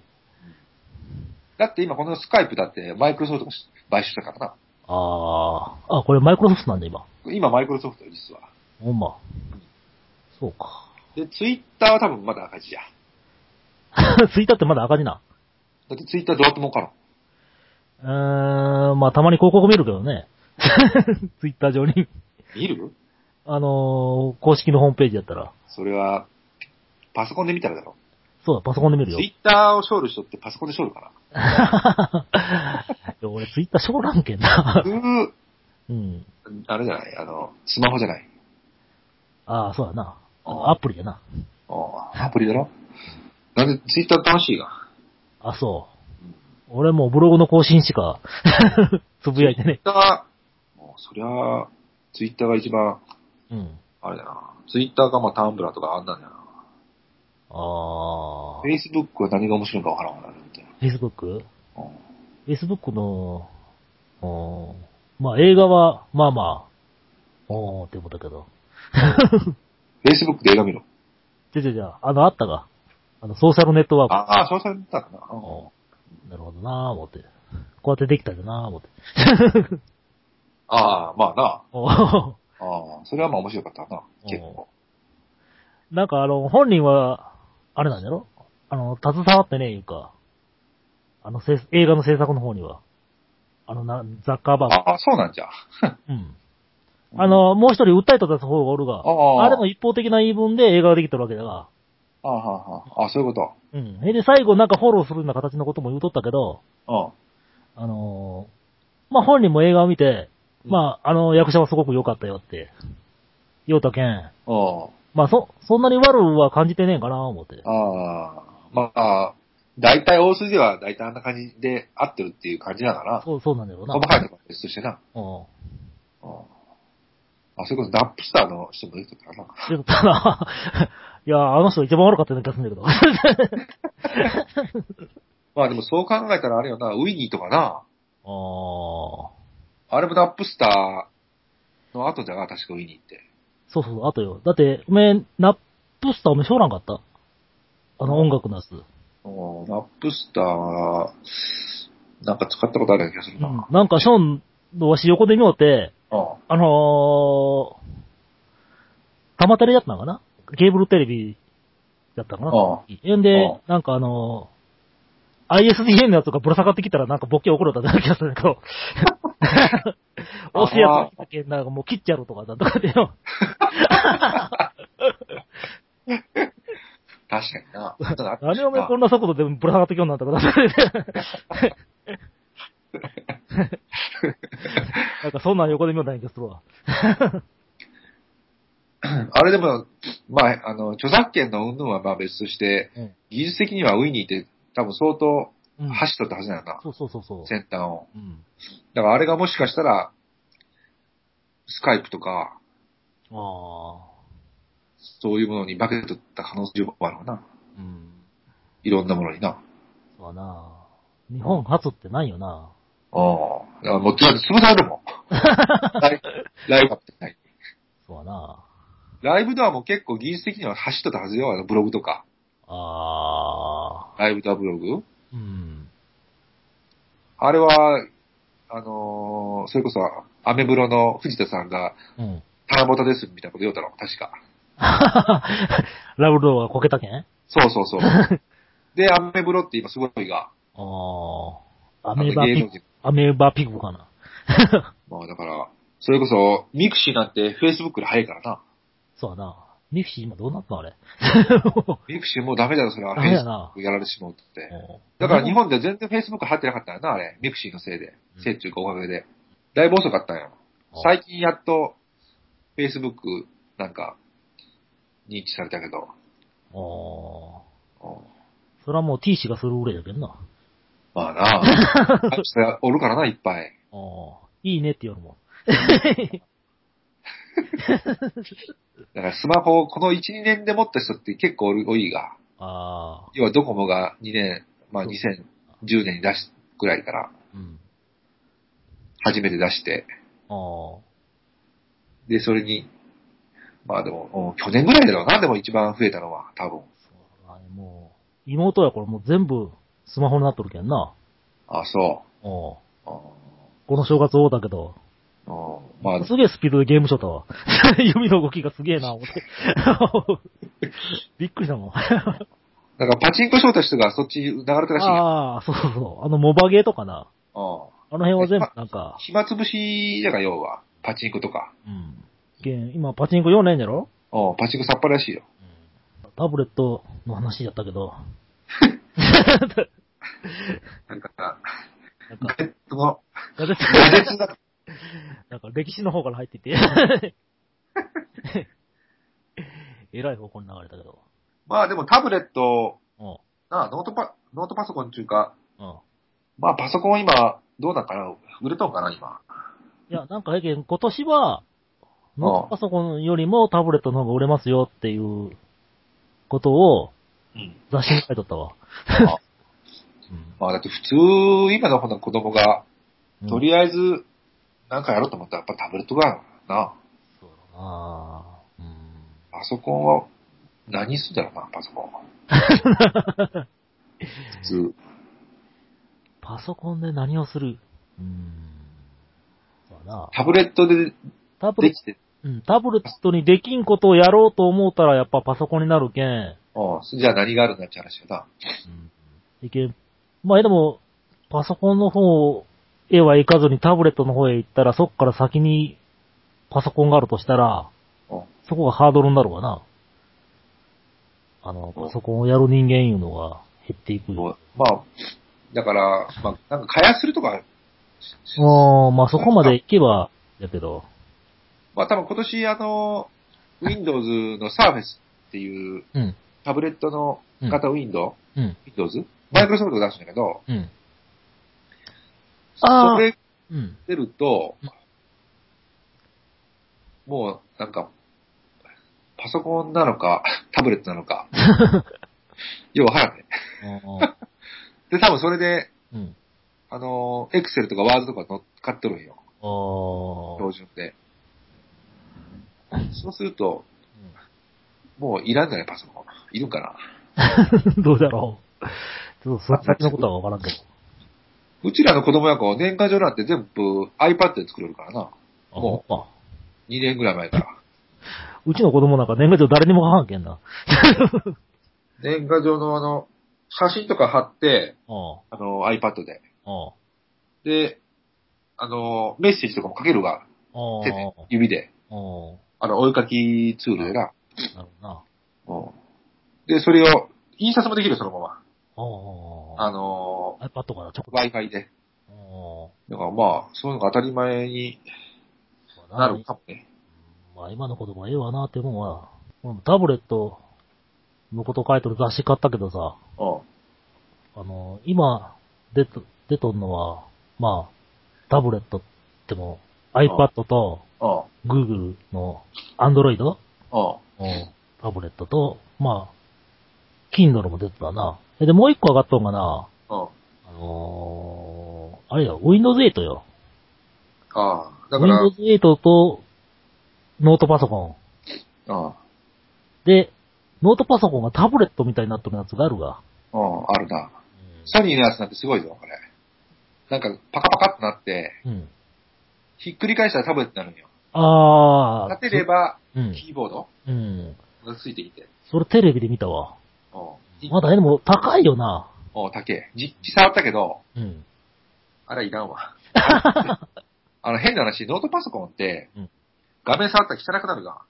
Speaker 2: だって今このスカイプだってマイクロソフトが買収したからな。
Speaker 1: ああ。あ、これマイクロソフトなんだ、今。
Speaker 2: 今マイクロソフトよ実は。
Speaker 1: ほんま。そうか。
Speaker 2: で、ツイッターは多分まだ赤字や。
Speaker 1: ツイッターってまだ赤字な。
Speaker 2: だってツイッターどうやって儲かるの
Speaker 1: うーん、まあたまに広告見るけどね。 ツイッター上に。
Speaker 2: 見る
Speaker 1: あのー公式のホームページやったら。
Speaker 2: それは、パソコンで見たらだろ。
Speaker 1: そうだ、パソコンで見るよ
Speaker 2: ツ。イッターを勝利しとってパソコンで勝利かな。
Speaker 1: いや俺ツイッターしょうらんけん な。
Speaker 2: 普通、
Speaker 1: うん。
Speaker 2: あれじゃないあの、スマホじゃない。
Speaker 1: ああ、そうだな。あアプリやな。
Speaker 2: おーアプリだろなんで、ツイッター楽しいが。
Speaker 1: あ、そう。俺もうブログの更新しか、 つぶやいてね
Speaker 2: ツイ。ッター、もうそりゃ、ツイッターが一番、
Speaker 1: うん。
Speaker 2: あれだな。ツイッターがまあタンブラーとかあんなんだな。
Speaker 1: ああ
Speaker 2: フェ。イスブックは何が面白いのかわからんわな、みたいな。
Speaker 1: Facebook?Facebook
Speaker 2: うん
Speaker 1: の、おーまあ映画は、まあまあ、おーって思ったけど。
Speaker 2: フェイスブックで映画見ろ。
Speaker 1: じゃじゃじゃ、あの、あったが。あの、ソーシャルネットワーク。
Speaker 2: ああ、そうされたかな。うん
Speaker 1: おーなるほどなぁ、思って。こうやってできたんだなぁ、思って。
Speaker 2: ああ、まあな。
Speaker 1: おー
Speaker 2: ああ、それはまあ面白かったな、結構。
Speaker 1: なんかあの、本人は、あれなんだろあの、携わってねえいうか、あの、せい映画の制作の方には。あの、な、ザッカーバーグ。
Speaker 2: ああ、そうなんじゃ。
Speaker 1: うん。あの、もう一人訴えとった方がおるが、
Speaker 2: ああ
Speaker 1: あれも一方的な言い分で映画ができてるわけだが、
Speaker 2: ああ、はあ、ああ、そういうこ
Speaker 1: うん。で、最後なんかフォローするような形のことも言うとったけど、
Speaker 2: と。
Speaker 1: あのーまあ、本人も映画を見て、まあ、あの、役者はすごく良かったよって、言うたけん、
Speaker 2: うん。うん。
Speaker 1: まあ、そ、そんなに悪は感じてねえんかな、思って。
Speaker 2: ああ、まあ、大体大筋では大体あんな感じで合ってるっていう感じなんだな。
Speaker 1: そう、そうなんだろうな。
Speaker 2: 細かいところは別としてな。
Speaker 1: うん。
Speaker 2: うん。あ、それこそダップスターの人も出てたからな。
Speaker 1: でもただ、 いや、あの人一番悪かったような気がするん だけど。
Speaker 2: まあでもそう考えたらあれよな、ウィニーとかな、
Speaker 1: ああ。
Speaker 2: あれもダップスターの後じゃな、確かウィニーって。
Speaker 1: そうそう、あとよ。だって、おめえ、ナップスターおめえしょうらんかったあの音楽のやつ。
Speaker 2: うん、ダップスターは、なんか使ったことあるような気がするな。
Speaker 1: うん。なんか、ショーンのわし横で見ようて、
Speaker 2: うん
Speaker 1: あのー、たまテレだったのかなケーブルテレビだったのか
Speaker 2: ああ
Speaker 1: なえんで
Speaker 2: ああ、
Speaker 1: なんかあのー、ISDN のやつがぶら下がってきたらなんかボケ起こるだったような気がするんだけど、押すやつが来たけんなんかもう切っちゃろとかなんとかでよ。
Speaker 2: 確かに な。
Speaker 1: 何おめえこ
Speaker 2: ん
Speaker 1: んな速度でぶら下がってきようになったかなって。なんかそんなん横で見ような気がするわ。
Speaker 2: あれでも、まあ、あの、著作権の云々はまあ別として、
Speaker 1: うん
Speaker 2: 技術的にはウィニーって多分相当
Speaker 1: うん
Speaker 2: 走っとったはずだよな、
Speaker 1: そうそうそうそう。
Speaker 2: 先端を。
Speaker 1: うん。
Speaker 2: だからあれがもしかしたら、スカイプとか、
Speaker 1: あ
Speaker 2: そういうものに化けとった可能性もあるのかな。
Speaker 1: あ。うん。
Speaker 2: いろんなものにな。
Speaker 1: そうだな日本初ってないよな
Speaker 2: ああ。だからもう、だって潰されるもん。ライライブってない。
Speaker 1: そうだな
Speaker 2: ライブドアも結構技術的には走っとったはずよ、あのブログとか。
Speaker 1: ああ。
Speaker 2: ライブドアブログ
Speaker 1: うん。
Speaker 2: あれは、あのーそれこそ、アメブロの藤田さんが、
Speaker 1: うん。
Speaker 2: 七夕ですみたいなこと言うたろ、確か。
Speaker 1: ラブローがこけたけんあ
Speaker 2: そうそ うそう。で、アメブロって今すごいが、
Speaker 1: あ。
Speaker 2: あ
Speaker 1: ア
Speaker 2: の
Speaker 1: メーバ
Speaker 2: 芸
Speaker 1: ピ
Speaker 2: 能
Speaker 1: グ、
Speaker 2: 人。
Speaker 1: アメーバピグかな。
Speaker 2: まあだから、それこそ、ミクシーなんて Facebook より早いからな。
Speaker 1: そうだなミクシー今どうなったのあれ。
Speaker 2: ミクシーもうダメだよ、それは。
Speaker 1: ダメだな
Speaker 2: Facebook やられてしまうって。
Speaker 1: お
Speaker 2: だから日本では全然 Facebook 入ってなかったよな、あれ。ミクシーのせいで。
Speaker 1: うん
Speaker 2: せいっていうかおかげで。だいぶ遅かったんよ。
Speaker 1: あ
Speaker 2: 最近やっと、Facebook なんか、認知されたけど。
Speaker 1: おー
Speaker 2: うん
Speaker 1: それはもう T 氏がするぐらいだけどな。
Speaker 2: まあ なあ。それおるからな、いっぱい。
Speaker 1: おーいいねって言うのも。
Speaker 2: だからスマホをこの1、2年で持った人って結構おる多いが、
Speaker 1: ああ。
Speaker 2: 要はドコモが2年、まあ
Speaker 1: そう
Speaker 2: 2010年に出し、ぐらいから
Speaker 1: うん。
Speaker 2: 初めて出して、
Speaker 1: ああ。
Speaker 2: で、それに、まあでも、うん去年ぐらいだろうな、でも一番増えたのは、多分。
Speaker 1: あれもう、妹やこれもう全部スマホになっとるけんな。
Speaker 2: あ、そ
Speaker 1: おう
Speaker 2: う。うん
Speaker 1: この正月おうだけど、
Speaker 2: うんまあ、
Speaker 1: すげえスピードでゲームしとったわ。 指の動きがすげえな、思って。 びっくりしたもん。
Speaker 2: だからパチンコしようとした人がそっち流れたらしいよ。
Speaker 1: ああ、そうそうそう。あの、モバゲーとかな。あ
Speaker 2: う
Speaker 1: の辺は全部なんか
Speaker 2: ん、暇つぶしだから、要は。パチンコとか。
Speaker 1: うん。けん今パチンコ4年やろ
Speaker 2: うんパチンコさっぱりらしいよ。
Speaker 1: うん。タブレットの話やったけど。
Speaker 2: な
Speaker 1: なん
Speaker 2: んか、
Speaker 1: か、
Speaker 2: ガジェットの、
Speaker 1: ガジェット
Speaker 2: ガジェットだ。
Speaker 1: なんか歴史の方から入ってて。 えらい方向に流れたけど。
Speaker 2: まあでもタブレット、
Speaker 1: うん。
Speaker 2: なあ、ノートパ、ノートパソコンっていうか、
Speaker 1: うん。
Speaker 2: まあパソコン今、どうなんかな売れとんかな今。
Speaker 1: いや、なんかやけん、今年は、ノートパソコンよりもタブレットの方が売れますよっていうことを
Speaker 2: うん。
Speaker 1: 雑誌に書いとったわ。
Speaker 2: あ
Speaker 1: うん
Speaker 2: まあだって普通、今のほな子供が、
Speaker 1: うん
Speaker 2: とりあえず、なんかやろうと思ったらやっぱタブレットがな。
Speaker 1: そうだなぁうん。
Speaker 2: パソコンは、何すんだろうな、パソコンは。 普通。
Speaker 1: パソコンで何をするうん。そうだな
Speaker 2: タブレットで
Speaker 1: タブレ
Speaker 2: で
Speaker 1: ット
Speaker 2: きて、
Speaker 1: うん、タブレットにできんことをやろうと思うたらやっぱパソコンになるけん。
Speaker 2: うん、じゃあ何があるんだって話よな。
Speaker 1: いけん。まあでも、パソコンの方へは行かずにタブレットの方へ行ったら、そっから先にパソコンがあるとしたら、
Speaker 2: うん
Speaker 1: そこがハードルになるわな。あの、パソコンをやる人間いうのが減っていくよ。
Speaker 2: まあ、だから、まあ、なんか開発するとか、
Speaker 1: うん、まあそこまで行けば、やけど。
Speaker 2: まあ多分今年あの、Windows の Surface っていう
Speaker 1: うん。
Speaker 2: タブレットの
Speaker 1: うん
Speaker 2: 型 Windows?、
Speaker 1: うん。
Speaker 2: Windows? マイクロソフトが出すんだけど、
Speaker 1: うん。あー
Speaker 2: それ
Speaker 1: うん。
Speaker 2: 出ると
Speaker 1: うん、
Speaker 2: もうなんか、パソコンなのか、 タブレットな のか、ようわからんね。で、多分それで、
Speaker 1: うん。
Speaker 2: あの、Excel とか Word とか乗っかっとるんよ。
Speaker 1: あー
Speaker 2: 標準で。そうすると、もういらんじゃない、パソコン。いるんかな。
Speaker 1: どう だろう。ちょっとそっち先のことはわからんけど。
Speaker 2: うちらの子供や子、年賀状なんて全部 iPad で作れるからな。
Speaker 1: あ
Speaker 2: も
Speaker 1: ほんま
Speaker 2: 2年ぐらい前から。
Speaker 1: うちの子供なんか年賀状誰にも書かんけんな。
Speaker 2: 年賀状のあの、写真とか貼って、
Speaker 1: うん。
Speaker 2: あの、iPad で。
Speaker 1: うん。
Speaker 2: で、あの、メッセージとかも書ける
Speaker 1: あ
Speaker 2: が、
Speaker 1: あ、
Speaker 2: 手で、指で。
Speaker 1: ああ、なるほ
Speaker 2: あの、お絵かきツールでな。
Speaker 1: どな。
Speaker 2: うんで、それを、印刷もできるよ、そのまま。
Speaker 1: あ
Speaker 2: あの、
Speaker 1: あ、iPad から直
Speaker 2: Wi-Fi で。
Speaker 1: 行。
Speaker 2: だからまあ、そういうのが当たり前に
Speaker 1: ああ
Speaker 2: なるかもね。
Speaker 1: まあ今の子供ええわなって思うわ。このタブレットのこと書いてる雑誌買ったけどさ、
Speaker 2: うん。
Speaker 1: あの、今出と、出とんのは、まあ、タブレットっても、iPad と
Speaker 2: うん。
Speaker 1: Google の Android
Speaker 2: うん。
Speaker 1: うんタブレットと、まあ、Kindle も出てたな。えで、もう一個上がっとんがな、
Speaker 2: うん。
Speaker 1: あのー、あれよ、Windows 8よ。
Speaker 2: ああ、だから、
Speaker 1: Windows 8とノートパソコン。
Speaker 2: あ
Speaker 1: で、ノートパソコンがタブレットみたいになってるやつがあるが。
Speaker 2: あ、うん、あるな。ソニーのやつなんてすごいぞ、これ。なんか、パカパカってなって、
Speaker 1: うん。
Speaker 2: ひっくり返したらタブレットになるんよ。
Speaker 1: あー。
Speaker 2: 立てれば、
Speaker 1: うん。
Speaker 2: キーボード
Speaker 1: うん。
Speaker 2: がついてきて。
Speaker 1: それテレビで見たわ。
Speaker 2: うん。
Speaker 1: まだでも高いよな。
Speaker 2: うん、高え。実機触ったけど、
Speaker 1: うん。
Speaker 2: あれはいらん わ。あの、変な話、ノートパソコンって
Speaker 1: うん、
Speaker 2: 画面触ったら汚くなるが、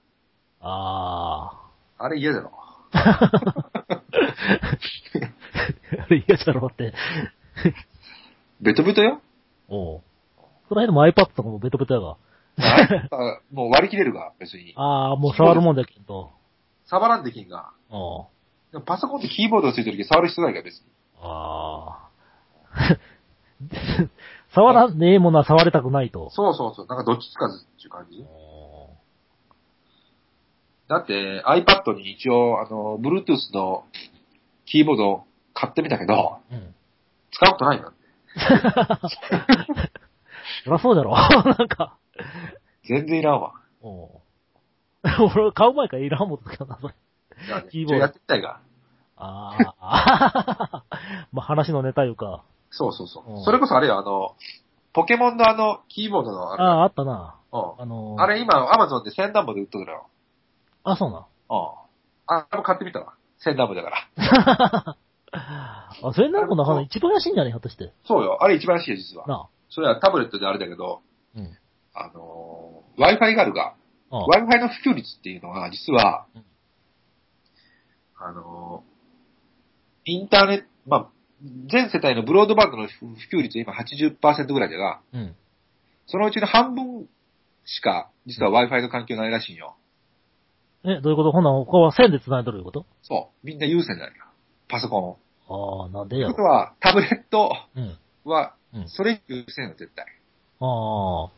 Speaker 1: あ
Speaker 2: あれ嫌だろ。
Speaker 1: ー。あれ嫌だろって。
Speaker 2: ベトベトよ。
Speaker 1: おう。その辺も iPad とかもベトベトやが。
Speaker 2: あもう割り切れるが、別に。
Speaker 1: あー、もう触るもんだけど。
Speaker 2: 触らんできんが。
Speaker 1: おう。
Speaker 2: でもパソコンってキーボードがついてるけど触る必要ないから、別に。
Speaker 1: あー。 触らんねえものは触れたくないと。
Speaker 2: そうそうそう。なんかどっちつかずっていう感じ。
Speaker 1: おう
Speaker 2: だって、iPad に一応、あの、Bluetooth のキーボードを買ってみたけど、
Speaker 1: うん。
Speaker 2: 使うことないな。
Speaker 1: そりゃそうだろ。 なんか。
Speaker 2: 全然いらんわ。
Speaker 1: おう 俺、買う前からいらんもんつけたな、それ。
Speaker 2: じゃあね
Speaker 1: キーボード
Speaker 2: 一応やってみたいが。
Speaker 1: あーあー。 まあ、話のネタいうか。
Speaker 2: そうそうそうう。
Speaker 1: ん
Speaker 2: それこそあれよ、あの、ポケモンのあの、キーボードの
Speaker 1: あ
Speaker 2: あれ
Speaker 1: あー、あったな。
Speaker 2: う
Speaker 1: あの
Speaker 2: ん、
Speaker 1: ー
Speaker 2: あれ今、Amazon で1000ダンボで売っとるのよ。
Speaker 1: あ、そうな。
Speaker 2: うん。あれも買ってみたわ。1000ダンボだから。
Speaker 1: あ、それならこの花一番安いんじゃねひょっとして。
Speaker 2: そうよ。あれ一番安いよ、実は。
Speaker 1: な
Speaker 2: それはタブレットであれだけど、
Speaker 1: あ。うん。
Speaker 2: あのー、Wi-Fi があるが、
Speaker 1: ああ
Speaker 2: Wi-Fi の普及率っていうのは、実は
Speaker 1: うん、
Speaker 2: あの、インターネット、まあ、全世帯のブロードバンドの普及率今80%ぐらいだが、
Speaker 3: うん。
Speaker 2: そのうちの半分しか、実は Wi-Fi の環境ないらしいんよ。
Speaker 1: え、どういうことほんなら他は線で繋いとるいうこと
Speaker 2: そう。みんな有線なんよ。パソコンを。
Speaker 1: ああ、なんで
Speaker 2: とい
Speaker 1: や
Speaker 2: うこと
Speaker 1: ろ。
Speaker 2: は、タブレット
Speaker 3: うん。
Speaker 2: は
Speaker 3: うん、
Speaker 2: それ有線よ、絶対。
Speaker 1: ああ、
Speaker 2: うん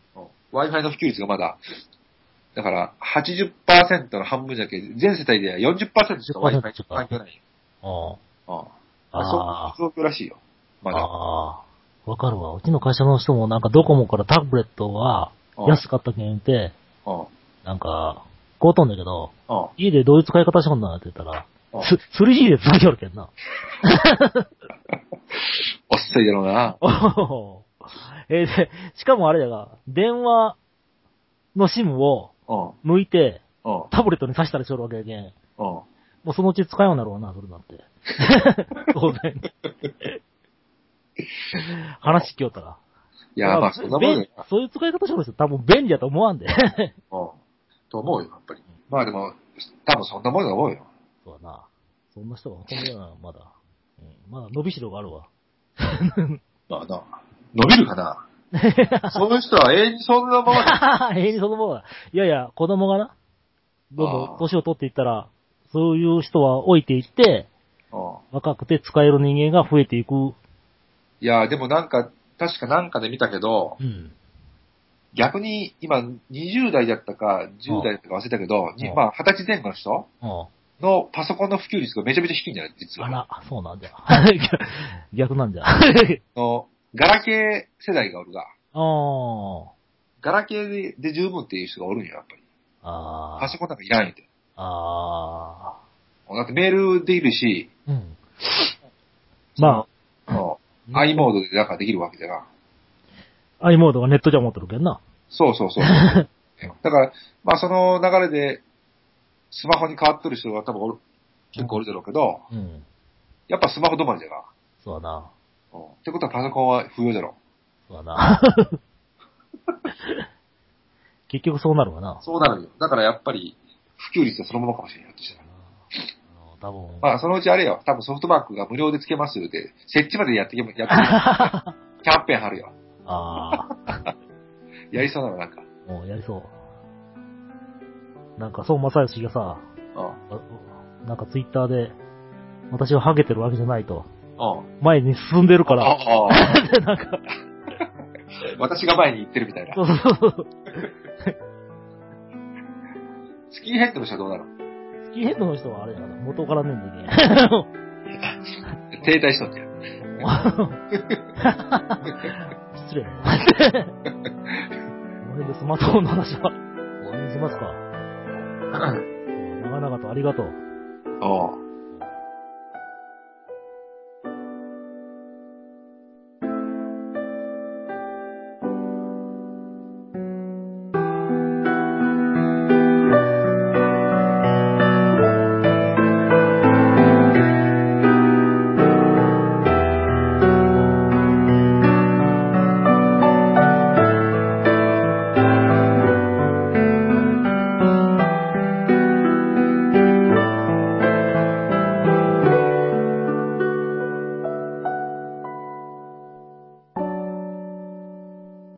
Speaker 2: Wi-Fi の普及率がまだ、だから80%の半分じゃけ、全世帯では40%しか Wi-Fi の環境ないよ。
Speaker 1: あ
Speaker 2: うん
Speaker 1: あ、ああ
Speaker 2: そういう状況らしいよ。まだ。
Speaker 1: ああ、わかるわ。うちの会社の人もなんかドコモからタブレットは
Speaker 2: うん
Speaker 1: 安かったけん言うて、
Speaker 2: うん。うん。
Speaker 1: なんか、買うとんだけど、
Speaker 2: あ
Speaker 1: 家でどういう使い方しとんだって言ったら、
Speaker 2: うん
Speaker 1: す 3G で繋いよるけんな。
Speaker 2: おっさいだろうな。
Speaker 1: おお。 えーで、しかもあれだが、電話の SIM を
Speaker 2: うん。
Speaker 1: 抜いて、
Speaker 2: うん。
Speaker 1: タブレットに挿したりしとるわけやけん。
Speaker 2: うん。
Speaker 1: もうそのうち使えようになろうな、それだ って。当然。話聞きよったら。
Speaker 2: いや、まあ、
Speaker 1: べ
Speaker 2: そんなもんだよな。
Speaker 1: そういう使い方してる人多分便利やと思わんで。
Speaker 2: うん。と思うよ、やっぱり。まあでも、多分そんなもんだと思うよ。
Speaker 1: そうだな。そんな人がほとんどやな、 まだ。うん、まだ伸びしろがある わ。
Speaker 2: まあな。伸びるか な。その人は永遠にそんなままで。
Speaker 1: 永遠にそのままだ。いやいや、子供がな、どんど
Speaker 2: あ
Speaker 1: ん
Speaker 2: ー
Speaker 1: 年を取っていったら、そういう人は置いていって、
Speaker 2: うん。
Speaker 1: 若くて使える人間が増えていく。
Speaker 2: いや、でもなんか、確かなんかで見たけど、
Speaker 1: うん。
Speaker 2: 逆に今20代だったか10代だったか忘れたけど、に
Speaker 1: うん
Speaker 2: まあ20歳前後の人
Speaker 1: うん。
Speaker 2: のパソコンの普及率がめちゃめちゃ低いんじゃない実
Speaker 1: あ
Speaker 2: は。
Speaker 1: ら、そうなんじゃ。 逆なんじ ゃ。あ
Speaker 2: の、ガラケー世代がおるが、
Speaker 1: ー。
Speaker 2: ガラケーでで十分っていう人がおるんよ、やっぱり。
Speaker 1: あ
Speaker 2: パソコンなんかいらんやて。
Speaker 1: あ。あ
Speaker 2: だってメールできるし、
Speaker 1: あ。うん。ま
Speaker 2: あの、
Speaker 1: あ、
Speaker 2: i モードでなんかできるわけだな。
Speaker 1: i モードがネットじゃ持ってるけんな。
Speaker 2: そうそう そう。だから、まあその流れで、スマホに変わっとる人は多分おる、結構おるだろうけど、
Speaker 1: うん。
Speaker 2: やっぱスマホ止まりじゃな。
Speaker 1: そうだな。
Speaker 2: うんってことはパソコンは不要だろ。
Speaker 1: そうだな。 結局そうなるわな。
Speaker 2: そうなるよ。だからやっぱり、普及率はそのままかもしれない。ひょっとしたら
Speaker 1: あの多分。
Speaker 2: まあ、そのうちあれよ。多分ソフトバンクが無料でつけますよで、設置までやってけ、やってけ、 キャンペーン貼るよ。
Speaker 1: あ
Speaker 2: やりそうなの、なんか。
Speaker 1: あ、もうやりそう。なんか、そう正義がさ、
Speaker 2: う
Speaker 1: あなんかツイッターで、私はハゲてるわけじゃないと。
Speaker 2: ん。うん。
Speaker 1: 前に進んでるか
Speaker 2: あ
Speaker 1: ら。
Speaker 2: ああ
Speaker 1: でなんか、
Speaker 2: 私が前に行ってるみたいな
Speaker 1: そ。うそうそう。
Speaker 2: スキンヘッドの人はどうなの
Speaker 1: スキンヘッドの人はあれやな、元からねえんだけど。
Speaker 2: 停滞し とってる。
Speaker 1: 失礼だな。この 辺でスマートフォンの話は、終わりにしますか。長々とありがとう。
Speaker 2: うん。